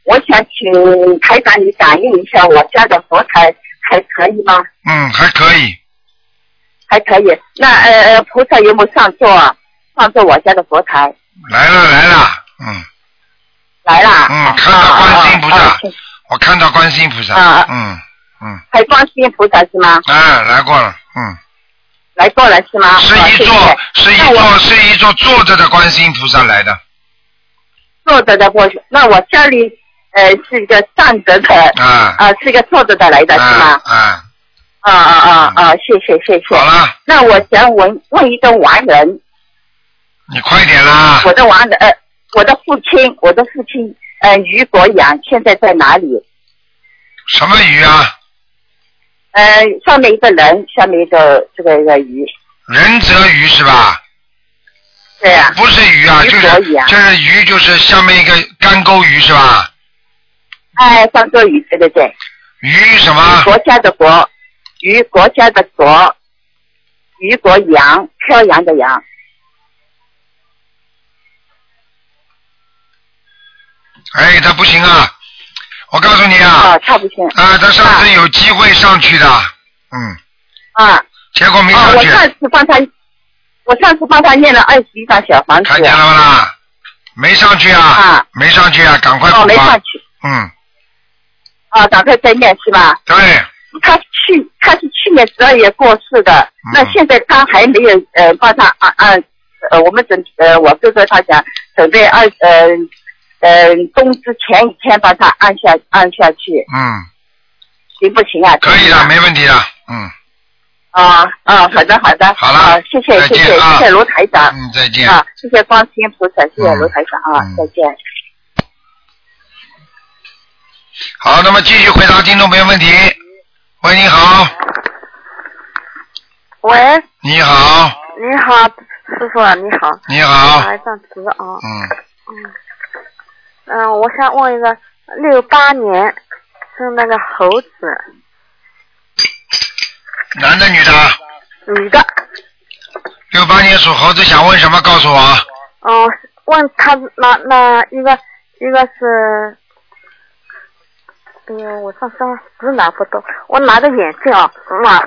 G: 我想请台长你感应一下我家的佛台还可以吗？
A: 嗯，还可以，
G: 还可以。那呃呃，菩萨有没有上座啊？上座我家的佛台
A: 来了来了，嗯
G: 来啊啦，
A: 嗯，看到观世音菩萨，我看到观世音菩萨
G: 啊，
A: 嗯
G: 还观世音菩萨是吗？
A: 啊，来过了，嗯，
G: 来过了是吗？
A: 是一座是一座是一座坐着的观世音菩萨来的，
G: 坐着的我，那我家里呃是一个站着的
A: 啊
G: 啊、是一个坐着的来的是吗？
A: 啊，嗯
G: 啊啊啊啊！谢谢谢谢。好
A: 了。
G: 那我想问问一个亡人，
A: 你快点啦，
G: 我的亡人，呃，我的父亲，我的父亲，呃，于国阳现在在哪里？
A: 什么鱼啊？
G: 呃，上面一个人，下面一个这个一个鱼，
A: 仁泽鱼是吧？
G: 对呀、
A: 不是鱼啊，
G: 鱼
A: 就是
G: 可以啊
A: 就是鱼，就是下面一个干沟鱼是吧？
G: 哎，上周鱼，对对对。
A: 于什么？
G: 国家的国，于国家的国，于国阳，飘扬的扬。
A: 哎，他不行啊！我告诉你啊
G: 啊，，他不行。
A: 啊，他上次有机会上去的，嗯，
G: 啊。
A: 结果没
G: 啊，
A: 上
G: 我
A: 去，
G: 上次帮他，我上次帮他念了二十一张小房子。
A: 看见了吗啦？没上去啊
G: 啊，
A: 没上去啊，赶快
G: 哦，
A: 补
G: 没上
A: 吧
G: 去。
A: 嗯，
G: 啊，赶快再念是吧？
A: 对，
G: 他去，他是去年十二月过世的，
A: 嗯
G: 那现在他还没有呃帮他按按呃，我们准呃，我哥哥他讲准备二呃呃冬至前一天把他按下按下去，
A: 嗯，
G: 行不行啊？
A: 可以的，没问题的，嗯，
G: 啊啊，好的好的，好了，啊、谢谢
A: 再
G: 谢
A: 见
G: 谢、
A: 啊
G: 谢谢卢台长，
A: 嗯再见嗯
G: 啊，谢谢观世音菩萨，谢谢卢台长啊，再见。
A: 好，那么继续回答听众朋友问题。喂，你好，
M: 喂，
A: 你好，
M: 你好，师傅，你好。
A: 你好
M: 来上词啊。
A: 嗯，
M: 嗯。嗯，我想问一个，六八年是那个猴子，
A: 男的女的？
M: 女的，
A: 六八年属猴子，想问什么？告诉我。
M: 嗯，问他那那一个一个是，哎呦，我上身不是拿不动，我拿着眼镜啊，妈，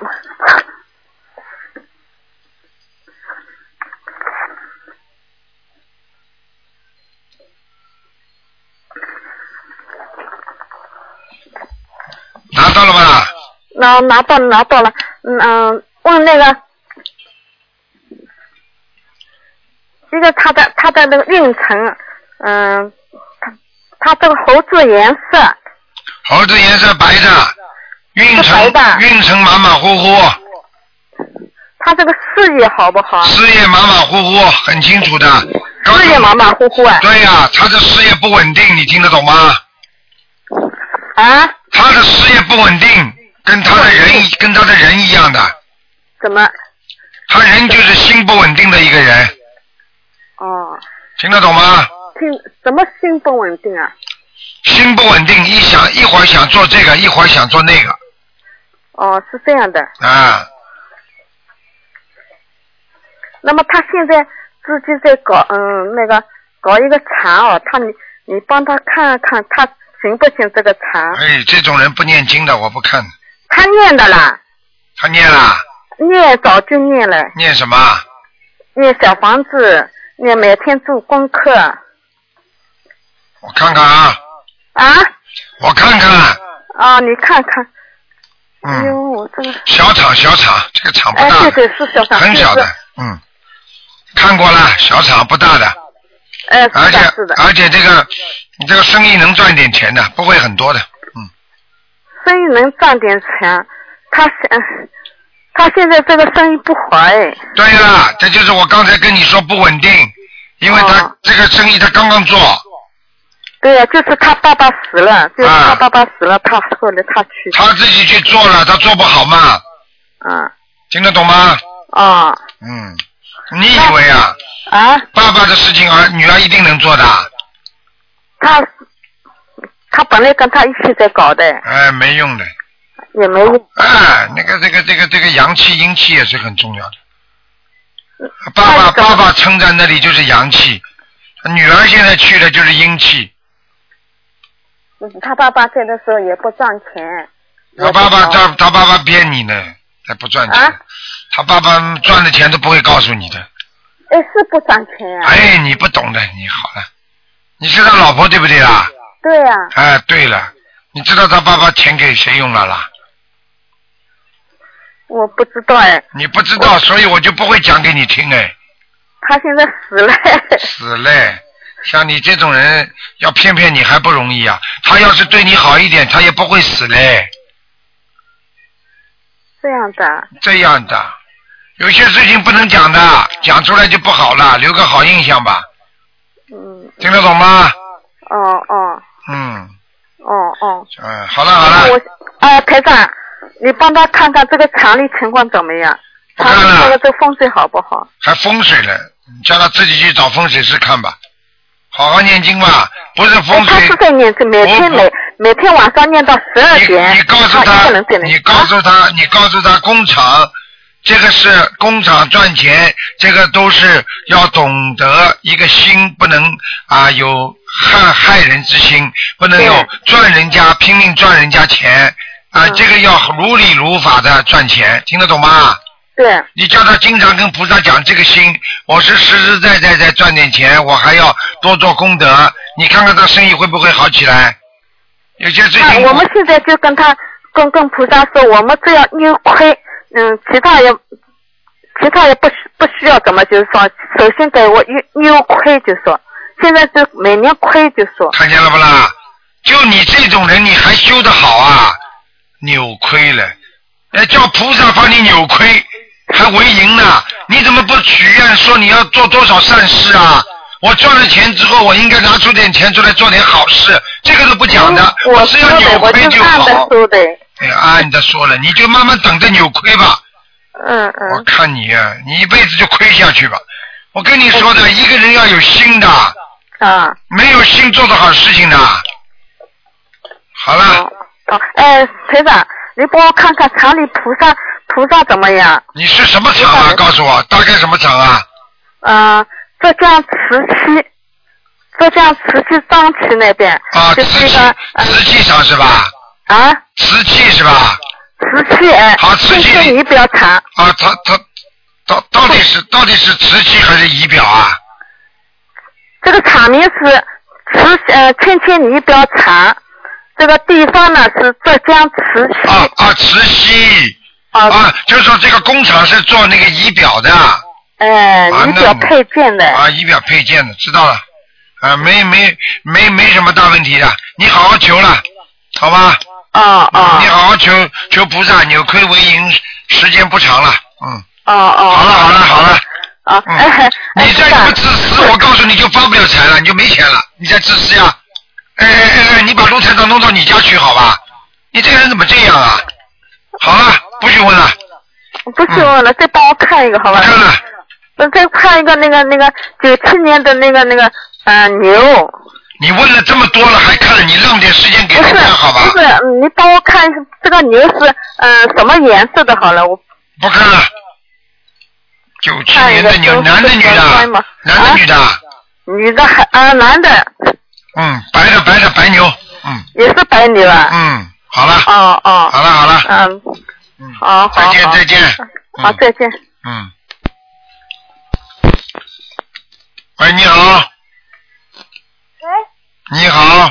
A: 拿到了吧？
M: 拿拿到拿到了，嗯嗯，问那个，一个它的它的那个运程，嗯，它它这个猴子颜色，
A: 猴子颜色白的，运程运程马马虎虎，
M: 它这个事业好不好？
A: 事业马马虎虎，很清楚的。事业
M: 马马虎虎啊。
A: 对呀、他的事业不稳定，你听得懂吗？
M: 啊？
A: 他的事业不稳定，跟他的人一跟他的人一样的，
M: 怎么？
A: 他人就是心不稳定的一个人，
M: 哦，
A: 听得懂吗？
M: 心怎么心不稳定啊？
A: 心不稳定，一想一会儿想做这个，一会儿想做那个
M: 哦，是这样的。
A: 啊。
M: 那么他现在自己在搞嗯那个搞一个禅哦，他你你帮他看看他行不行这个禅？
A: 哎，这种人不念经的，我不看。
M: 他念的啦，
A: 他念啦，
M: 念早就念了，
A: 念什么？
M: 念小房子，念每天做功课
A: 我看看啊，
M: 啊
A: 我看看，
M: 啊，你看看，哎
A: 嗯，
M: 呦，我这个
A: 小厂小厂，这个厂不
M: 哎
A: 大，
M: 对对是小房子，
A: 很小的
M: 是，
A: 嗯，看过了，小厂不大的，
M: 哎是
A: 而且
M: 的是的，
A: 而且这个你这个生意能赚点钱的，不会很多的，
M: 生意能赚点钱，他现他现在这个生意不好哎，
A: 对啦，这就是我刚才跟你说不稳定，因为
M: 哦
A: 他、这个生意他刚刚做，
M: 对呀，就是他爸爸死了，就是他爸爸死了，他后来他去，
A: 啊他自己去做了，他做不好嘛。
M: 嗯。
A: 听得懂吗？
M: 啊
A: 嗯。你以为啊？
M: 啊。
A: 爸爸的事情儿女儿一定能做的？
M: 他他本来跟他一起在搞的，
A: 哎，没用的。
M: 也没用，
A: 哎，那个这个这个这个阳气阴气也是很重要的。爸爸爸爸撑在那里就是阳气，女儿现在去了就是阴气。
M: 嗯
N: 他爸爸在的时候也不赚钱，
A: 他爸爸他他爸爸骗你呢，还不赚钱。他爸爸赚的钱都不会告诉你的。
N: 哎，是不赚钱啊。
A: 哎，你不懂的，你好了，你是他老婆对不对啦？
N: 对啊，
A: 哎，对了，你知道他爸爸钱给谁用了啦？
M: 我不知道哎，
A: 你不知道，所以我就不会讲给你听哎。
M: 他现在死了，
A: 死嘞！像你这种人，要骗骗你还不容易啊！他要是对你好一点，他也不会死嘞。
M: 这样的，
A: 这样的，有些事情不能讲的，讲出来就不好了，留个好印象吧。
M: 嗯。
A: 听得懂吗？
M: 哦哦
A: 嗯
M: 哦哦，
A: 嗯，好了好了，
M: 我啊台长，你帮他看看这个厂里情况怎么样，厂里那个这风水好不好？
A: 还风水了，你叫他自己去找风水师看吧。好好念经吧，不是风
M: 他
A: 水
M: 是在念经，每天每每天晚上念到十二点，
A: 你告诉
M: 他一
A: 他
M: 个人在，那
A: 你告诉他，你告诉他，工厂这个是工厂赚钱，这个都是要懂得一个心，不能啊有害害人之心，不能有赚人家拼命赚人家钱啊，这个要如理如法的赚钱，听得懂吗？
M: 对。
A: 你叫他经常跟菩萨讲这个心，我是实实在在在赚点钱，我还要多做功德，你看看他生意会不会好起来？有些事情
M: 啊那我们现在就跟他跟跟菩萨说，我们只要一亏，嗯，其他也其他也不需不需要怎么，就是说，首先给我一一亏就说，现在就每年亏就说，
A: 看见了不啦？就你这种人，你还修得好啊？扭亏了，哎，叫菩萨帮你扭亏，还为盈呢？你怎么不许愿说你要做多少善事啊？我赚了钱之后，我应该拿出点钱出来做点好事，这个都不讲的，嗯我是要扭亏就好。
M: 说的，
A: 哎，按着说了，你就慢慢等着扭亏吧。
M: 嗯嗯。
A: 我看你呀、你一辈子就亏下去吧。我跟你说的，一个人要有心的。
M: 嗯啊。
A: 没有心做得好事情的。好了，
M: 哦，哎，台长，你帮我看看厂里菩萨菩萨怎么样？
A: 你是什么厂啊？告诉我，大概什么厂啊？
M: 嗯、浙江慈溪，浙江慈溪张旗那边，
A: 啊，
M: 就是那个
A: 瓷器厂是吧？
M: 啊，
A: 瓷器是吧？
M: 瓷器哎，
A: 好，瓷器。
M: 仪表厂。
A: 啊，它它到到底是到底是瓷器还是仪表啊？
M: 这个厂名是慈呃千千仪表厂，这个地方呢是浙江慈溪。
A: 啊啊，慈溪。啊，就是说这个工厂是做那个仪表的。
M: 哎，
A: 啊
M: 仪
A: 那
M: 表配件的。
A: 啊，仪表配件的，知道了。啊，没没没没什么大问题的，你好好求了，好吧？
M: 啊
A: 啊。你好好求求菩萨，扭亏为盈，时间不长了，嗯。
M: 哦哦。
A: 好了好了好了。
M: 啊。
A: 嗯。你再不自私，我告诉你就发不了财了，你就没钱了，你再自私呀！哎哎哎哎，你把卢台长弄到你家去好吧？你这个人怎么这样啊？好了，不许问了。
M: 不是问了，再帮我看一个好吧？看
A: 了。
M: 那再看一个那个那个九七年的那个那个呃牛，
A: 你问了这么多了，还看？你让点 时间给
M: 不
A: 人
M: 是
A: 家好吧？
M: 不是，嗯你帮我看一下这个牛是呃什么颜色的好了？我
A: 不看了。九七
M: 看一
A: 年
M: 个
A: 的牛，男的女的？男的女的？
M: 啊女的还啊，男的
A: 嗯，白的白的白牛，嗯
M: 也是白女啊。
A: 嗯，好了，
M: 哦哦。
A: 好了好了
M: 嗯。好
A: 再
M: 好。
A: 见
M: 好
A: 再见。
M: 好，再见。
A: 嗯。喂，你好。喂。你好，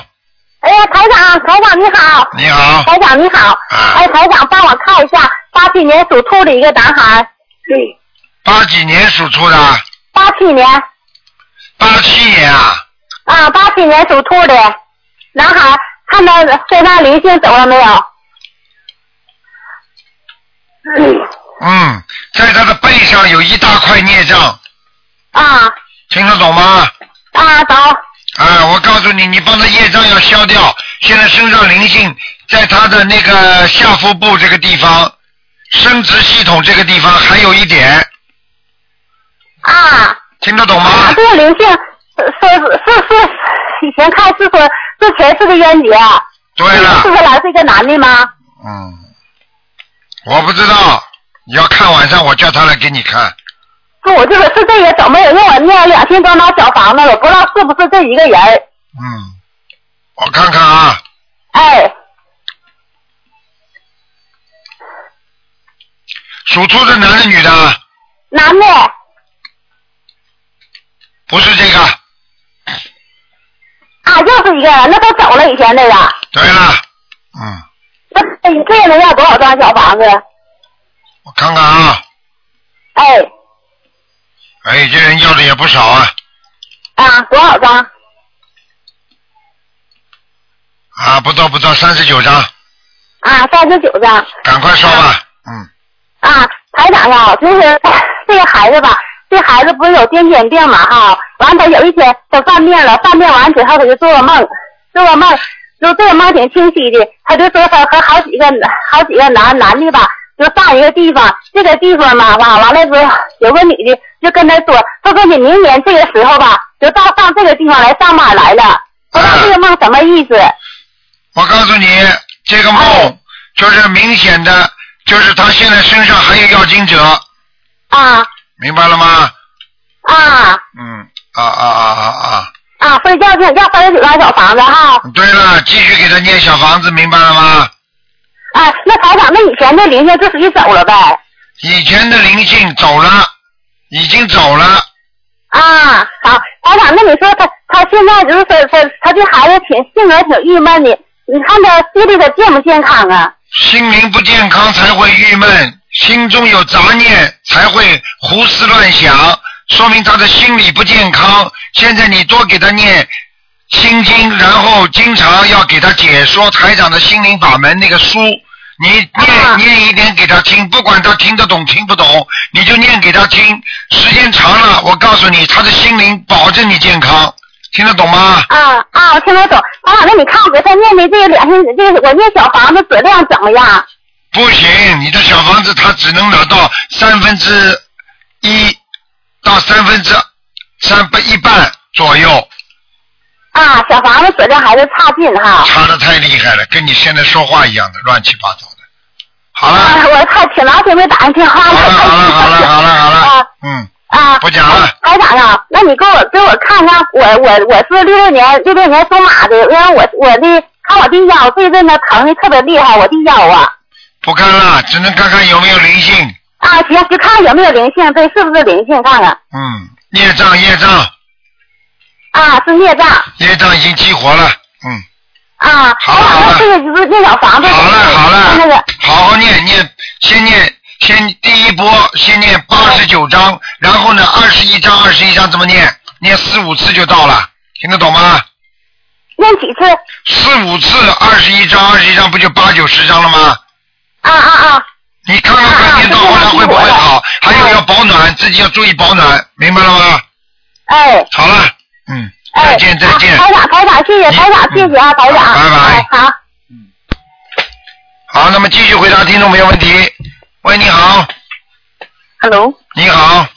J: 哎呀，台长，台长你好。
A: 你好。啊
J: 台长你好。哎，台长，帮我看一下八七年属兔的一个男孩。
A: 嗯
J: 对。
A: 八几年属兔的？
J: 八七年。
A: 八七年啊？
J: 啊，八七年属兔的男孩，看到身上灵性走了没有？
A: 嗯，在他的背上有一大块孽障。
J: 啊。
A: 听得懂吗？
J: 啊，懂。
A: 啊，我告诉你，你帮他业障要消掉。现在身上灵性在他的那个下腹部这个地方，生殖系统这个地方还有一点。
J: 啊。
A: 听得懂吗？
J: 啊，这个灵性是是是是以前看是说是前世的冤结。
A: 对
J: 了。是不是来自一个男的吗？
A: 嗯，我不知道，你要看晚上我叫他来给你看。
J: 是我就是是这个小妹，因为我念了两千多张小房子了，不知道是不是这一个人。
A: 嗯，我看看啊，
J: 哎，
A: 属兔的男的女的，
J: 男的，啊
A: 不是这个。
J: 啊，又是一个人，那都走了以前那个。
A: 对了，嗯
J: 那哎这个人要多少张小房子？
A: 我看看啊，
J: 哎，
A: 哎，这人要的也不少啊，
J: 啊，多少张？
A: 啊，不多不多，三十九张，
J: 啊，三十九张。
A: 赶快说吧。
J: 啊，台长啊，就是 这个孩子吧，这孩子不是有癫痫病嘛哈，完他有一天他犯病了，犯病完之后他就做个梦，做个梦，就这个梦挺清晰的，他就说他和好几个好几个男男的吧，就上一个地方，这个地方嘛吧，完了之后有个女的就跟他说，他说你明年这个时候吧，就到上这个地方来上班来了，不知道这个梦什么意思。
A: 我告诉你，这个梦就是明显的，就是他现在身上还有要经者。
J: 啊。
A: 明白了吗？
J: 啊
A: 嗯，啊啊啊啊啊！
J: 啊，睡觉就要三十九张小房子哈。
A: 对了，继续给他念小房子，明白了吗？
J: 哎，那台长，那以前的灵性就属于走了呗？
A: 以前的灵性走了，已经走了。
J: 啊，好，台长，那你说他他现在就是说他他这孩子挺性格挺郁闷的，你看他心里他健不健康啊？
A: 心灵不健康才会郁闷，心中有杂念才会胡思乱想，说明他的心理不健康。现在你多给他念心经，然后经常要给他解说台长的心灵法门那个书，你念、念一点给他听，不管他听得懂听不懂，你就念给他听。时间长了，我告诉你，他的心灵保证你健康，听得懂吗？
J: 啊啊，我听得懂。台长，那你看我给他念的这个两天，这个我念小房子质量怎么样？
A: 不行，你的小房子它只能拿到三分之一到三分之三不一半左右，
J: 啊，小房子质量还是差劲哈。
A: 差的太厉害了，跟你现在说话一样的乱七八糟的。好了，
J: 啊，我太挺老天没打上电话了。好了好了
A: 好了好了
J: 啊
A: 嗯，
J: 啊，
A: 不讲了。
J: 台长啊，那你给我给我看看，我我我是六六年六六年属马的，因为我我的看我的腰最近呢疼的特别厉害，我的腰啊
A: 不看了，只能看看有没有灵性。
J: 啊行，就看看有没有灵性，对，是不是灵性，看看
A: 嗯，业障业障
J: 啊是孽障
A: 业障已经激活了，嗯
J: 啊，好了，那这个就是那小房子，好了好了，那个
A: 好好念念，先念先第一波先念八十九章，然后呢二十一章二十一章怎么念？念四五次就到了，听得懂吗？
J: 念几次？
A: 四五次，二十一章，二十一章不就八九十章了吗？
J: 啊啊啊！
A: 你看看看念到后来会不会好？还有要保暖，自己要注意保暖，明白了吗？
J: 哎，啊
A: 好了，嗯，再见再见。
J: 台长台长谢谢台长谢谢啊台长，
A: 拜拜
J: 哎好。
A: 好，那么继续回答听众朋友问题。喂，你好，
O: Hello，
A: 你好，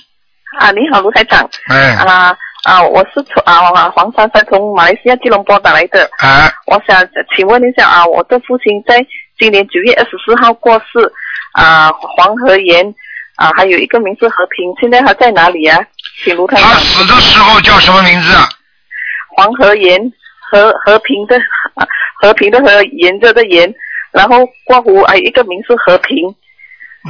O: 啊，你好，卢台长。
A: 哎，
O: 啊啊，我是从啊黄珊珊从马来西亚吉隆坡打来的。
A: 啊，
O: 我想请问一下啊，我的父亲在今年九月二十四号过世，啊，黄河源啊，还有一个名字和平，现在他在哪里啊？请卢台长。
A: 死的时候叫什么名字啊？
O: 黄河沿，和和平的啊和平的和沿着的沿，然后括弧还有一个名字和平，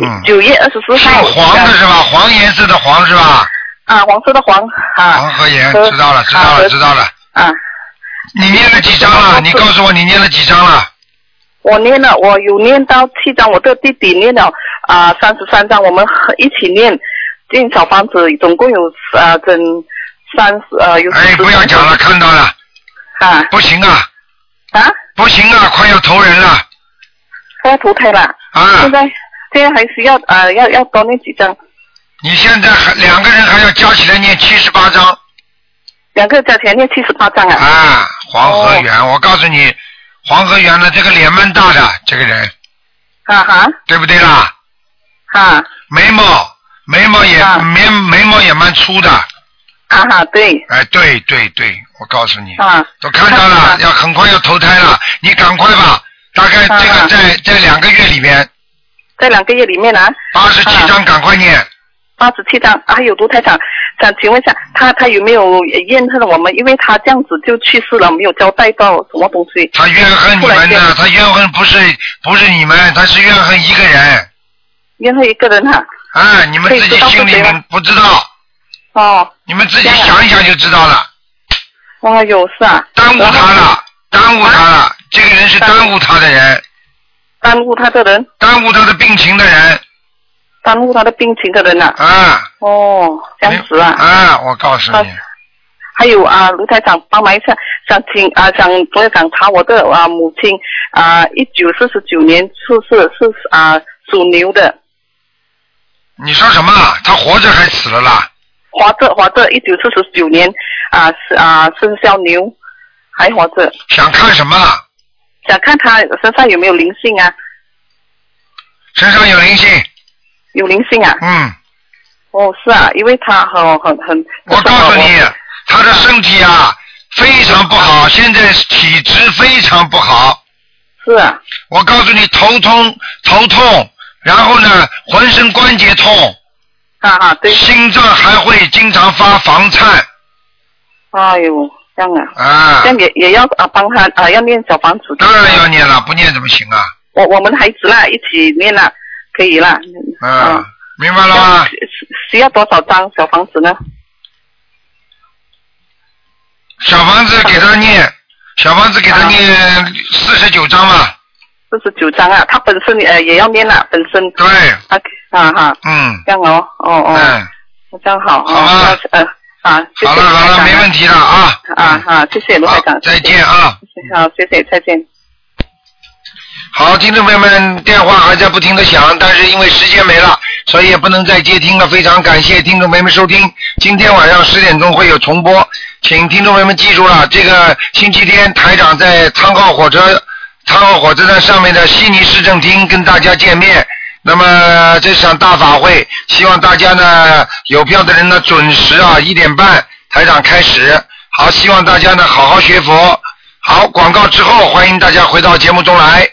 A: 嗯，
O: 九月二十四号。
A: 是黄的是吧？黄颜色的黄是吧？
O: 啊，黄色的黄啊。
A: 黄和颜，知道了，知道了，知道了。
O: 啊。
A: 你念了几张啊了？你告诉我你念了几张了？
O: 我念了，我有念到七张，我的弟弟念了啊三十三张，我们合一起念进小房子，总共有啊整三十呃有。
A: 哎，不要讲了，看到了。
O: 啊。
A: 不行啊。
O: 啊？
A: 不行啊，快要投人了。
O: 快要投胎了。
A: 啊。
O: 现在现在还需要呃要要多念几张，
A: 你现在还两个人还要加起来念七十八章
O: 两个加起来念七十八张啊。
A: 啊！黄河
O: 哦
A: 源，我告诉你，黄河源呢，这个脸蛮大的，这个人
O: 啊哈
A: 对不对啦？
O: 啊
A: 眉毛眉毛也眉眉毛也蛮粗的。
O: 啊哈对。
A: 哎，对对对，我告诉你，
O: 啊
A: 都看到了，要很快要投胎了，你赶快吧，大概这个在在两个月里面，
O: 啊在两个月里面啊。
A: 八十七张，赶快念。
O: 八十七张，还有卢台长，想请问一下，他他有没有怨恨我们？因为他这样子就去世了，没有交代到什么东西。
A: 他怨恨你们的，他怨恨不是不是你们，他是怨恨一个人。
O: 怨恨一个人哈、
A: 啊。你们自己心里面不知道。
O: 啊哦。
A: 你们自己想一想就知道了。
O: 哎呦，是啊。
A: 耽误他了，耽误他了，这个人是耽误他的人，
O: 耽误他的人，
A: 耽误他的病情的人。
O: 耽误他的病情的人呐、
A: 啊。
O: 哦，这样子啊。
A: 啊，我告诉你，
O: 还有啊，卢台长帮忙一下，想请啊，想我想查我的啊母亲啊，一九四十九年出世是啊属牛的，
A: 你说什么？他活着还死了啦？
O: 活着活着，一九四十九年啊是啊生肖牛，还活着。
A: 想看什么？
O: 想看他身上有没有灵性啊？
A: 身上有灵性。
O: 有灵性啊？
A: 嗯。
O: 哦，是啊，因为他很很很。
A: 我告诉你，他的身体啊非常不好，现在体质非常不好。
O: 是啊。
A: 我告诉你，头痛头痛，然后呢，浑身关节痛。
O: 啊啊，对。
A: 心脏还会经常发房颤。
O: 哎呦，这样啊。
A: 啊。
O: 这样也也要啊帮他啊要念小房子。
A: 当然要念了，不念怎么行啊？
O: 我我们孩子啦一起念啦，可以啦。啊
A: 嗯，明白了吗？
O: 需要多少张小房子呢？
A: 小房子给他念，小房子给他念四十九章吧。
O: 啊四十九张啊，他本身呃也要念啦，本身。
A: 对。
O: 啊啊哈，
A: 嗯，
O: 这样哦，哦哦。
A: 嗯。
O: 这样好。好啊。呃啊，谢谢。
A: 好了好了，没问题了啊。
O: 啊啊，谢谢卢台长。
A: 再见啊。
O: 好，谢谢，再见。
A: 好，听众朋友们，电话还在不停的响，但是因为时间没了，所以也不能再接听了。非常感谢听众朋友们收听，今天晚上十点钟会有重播，请听众朋友们记住了，这个星期天台长在昌浩火车昌浩火车站上面的悉尼市政厅跟大家见面。那么这场大法会，希望大家呢有票的人呢准时啊一点半台长开始。好，希望大家呢好好学佛。好，广告之后欢迎大家回到节目中来。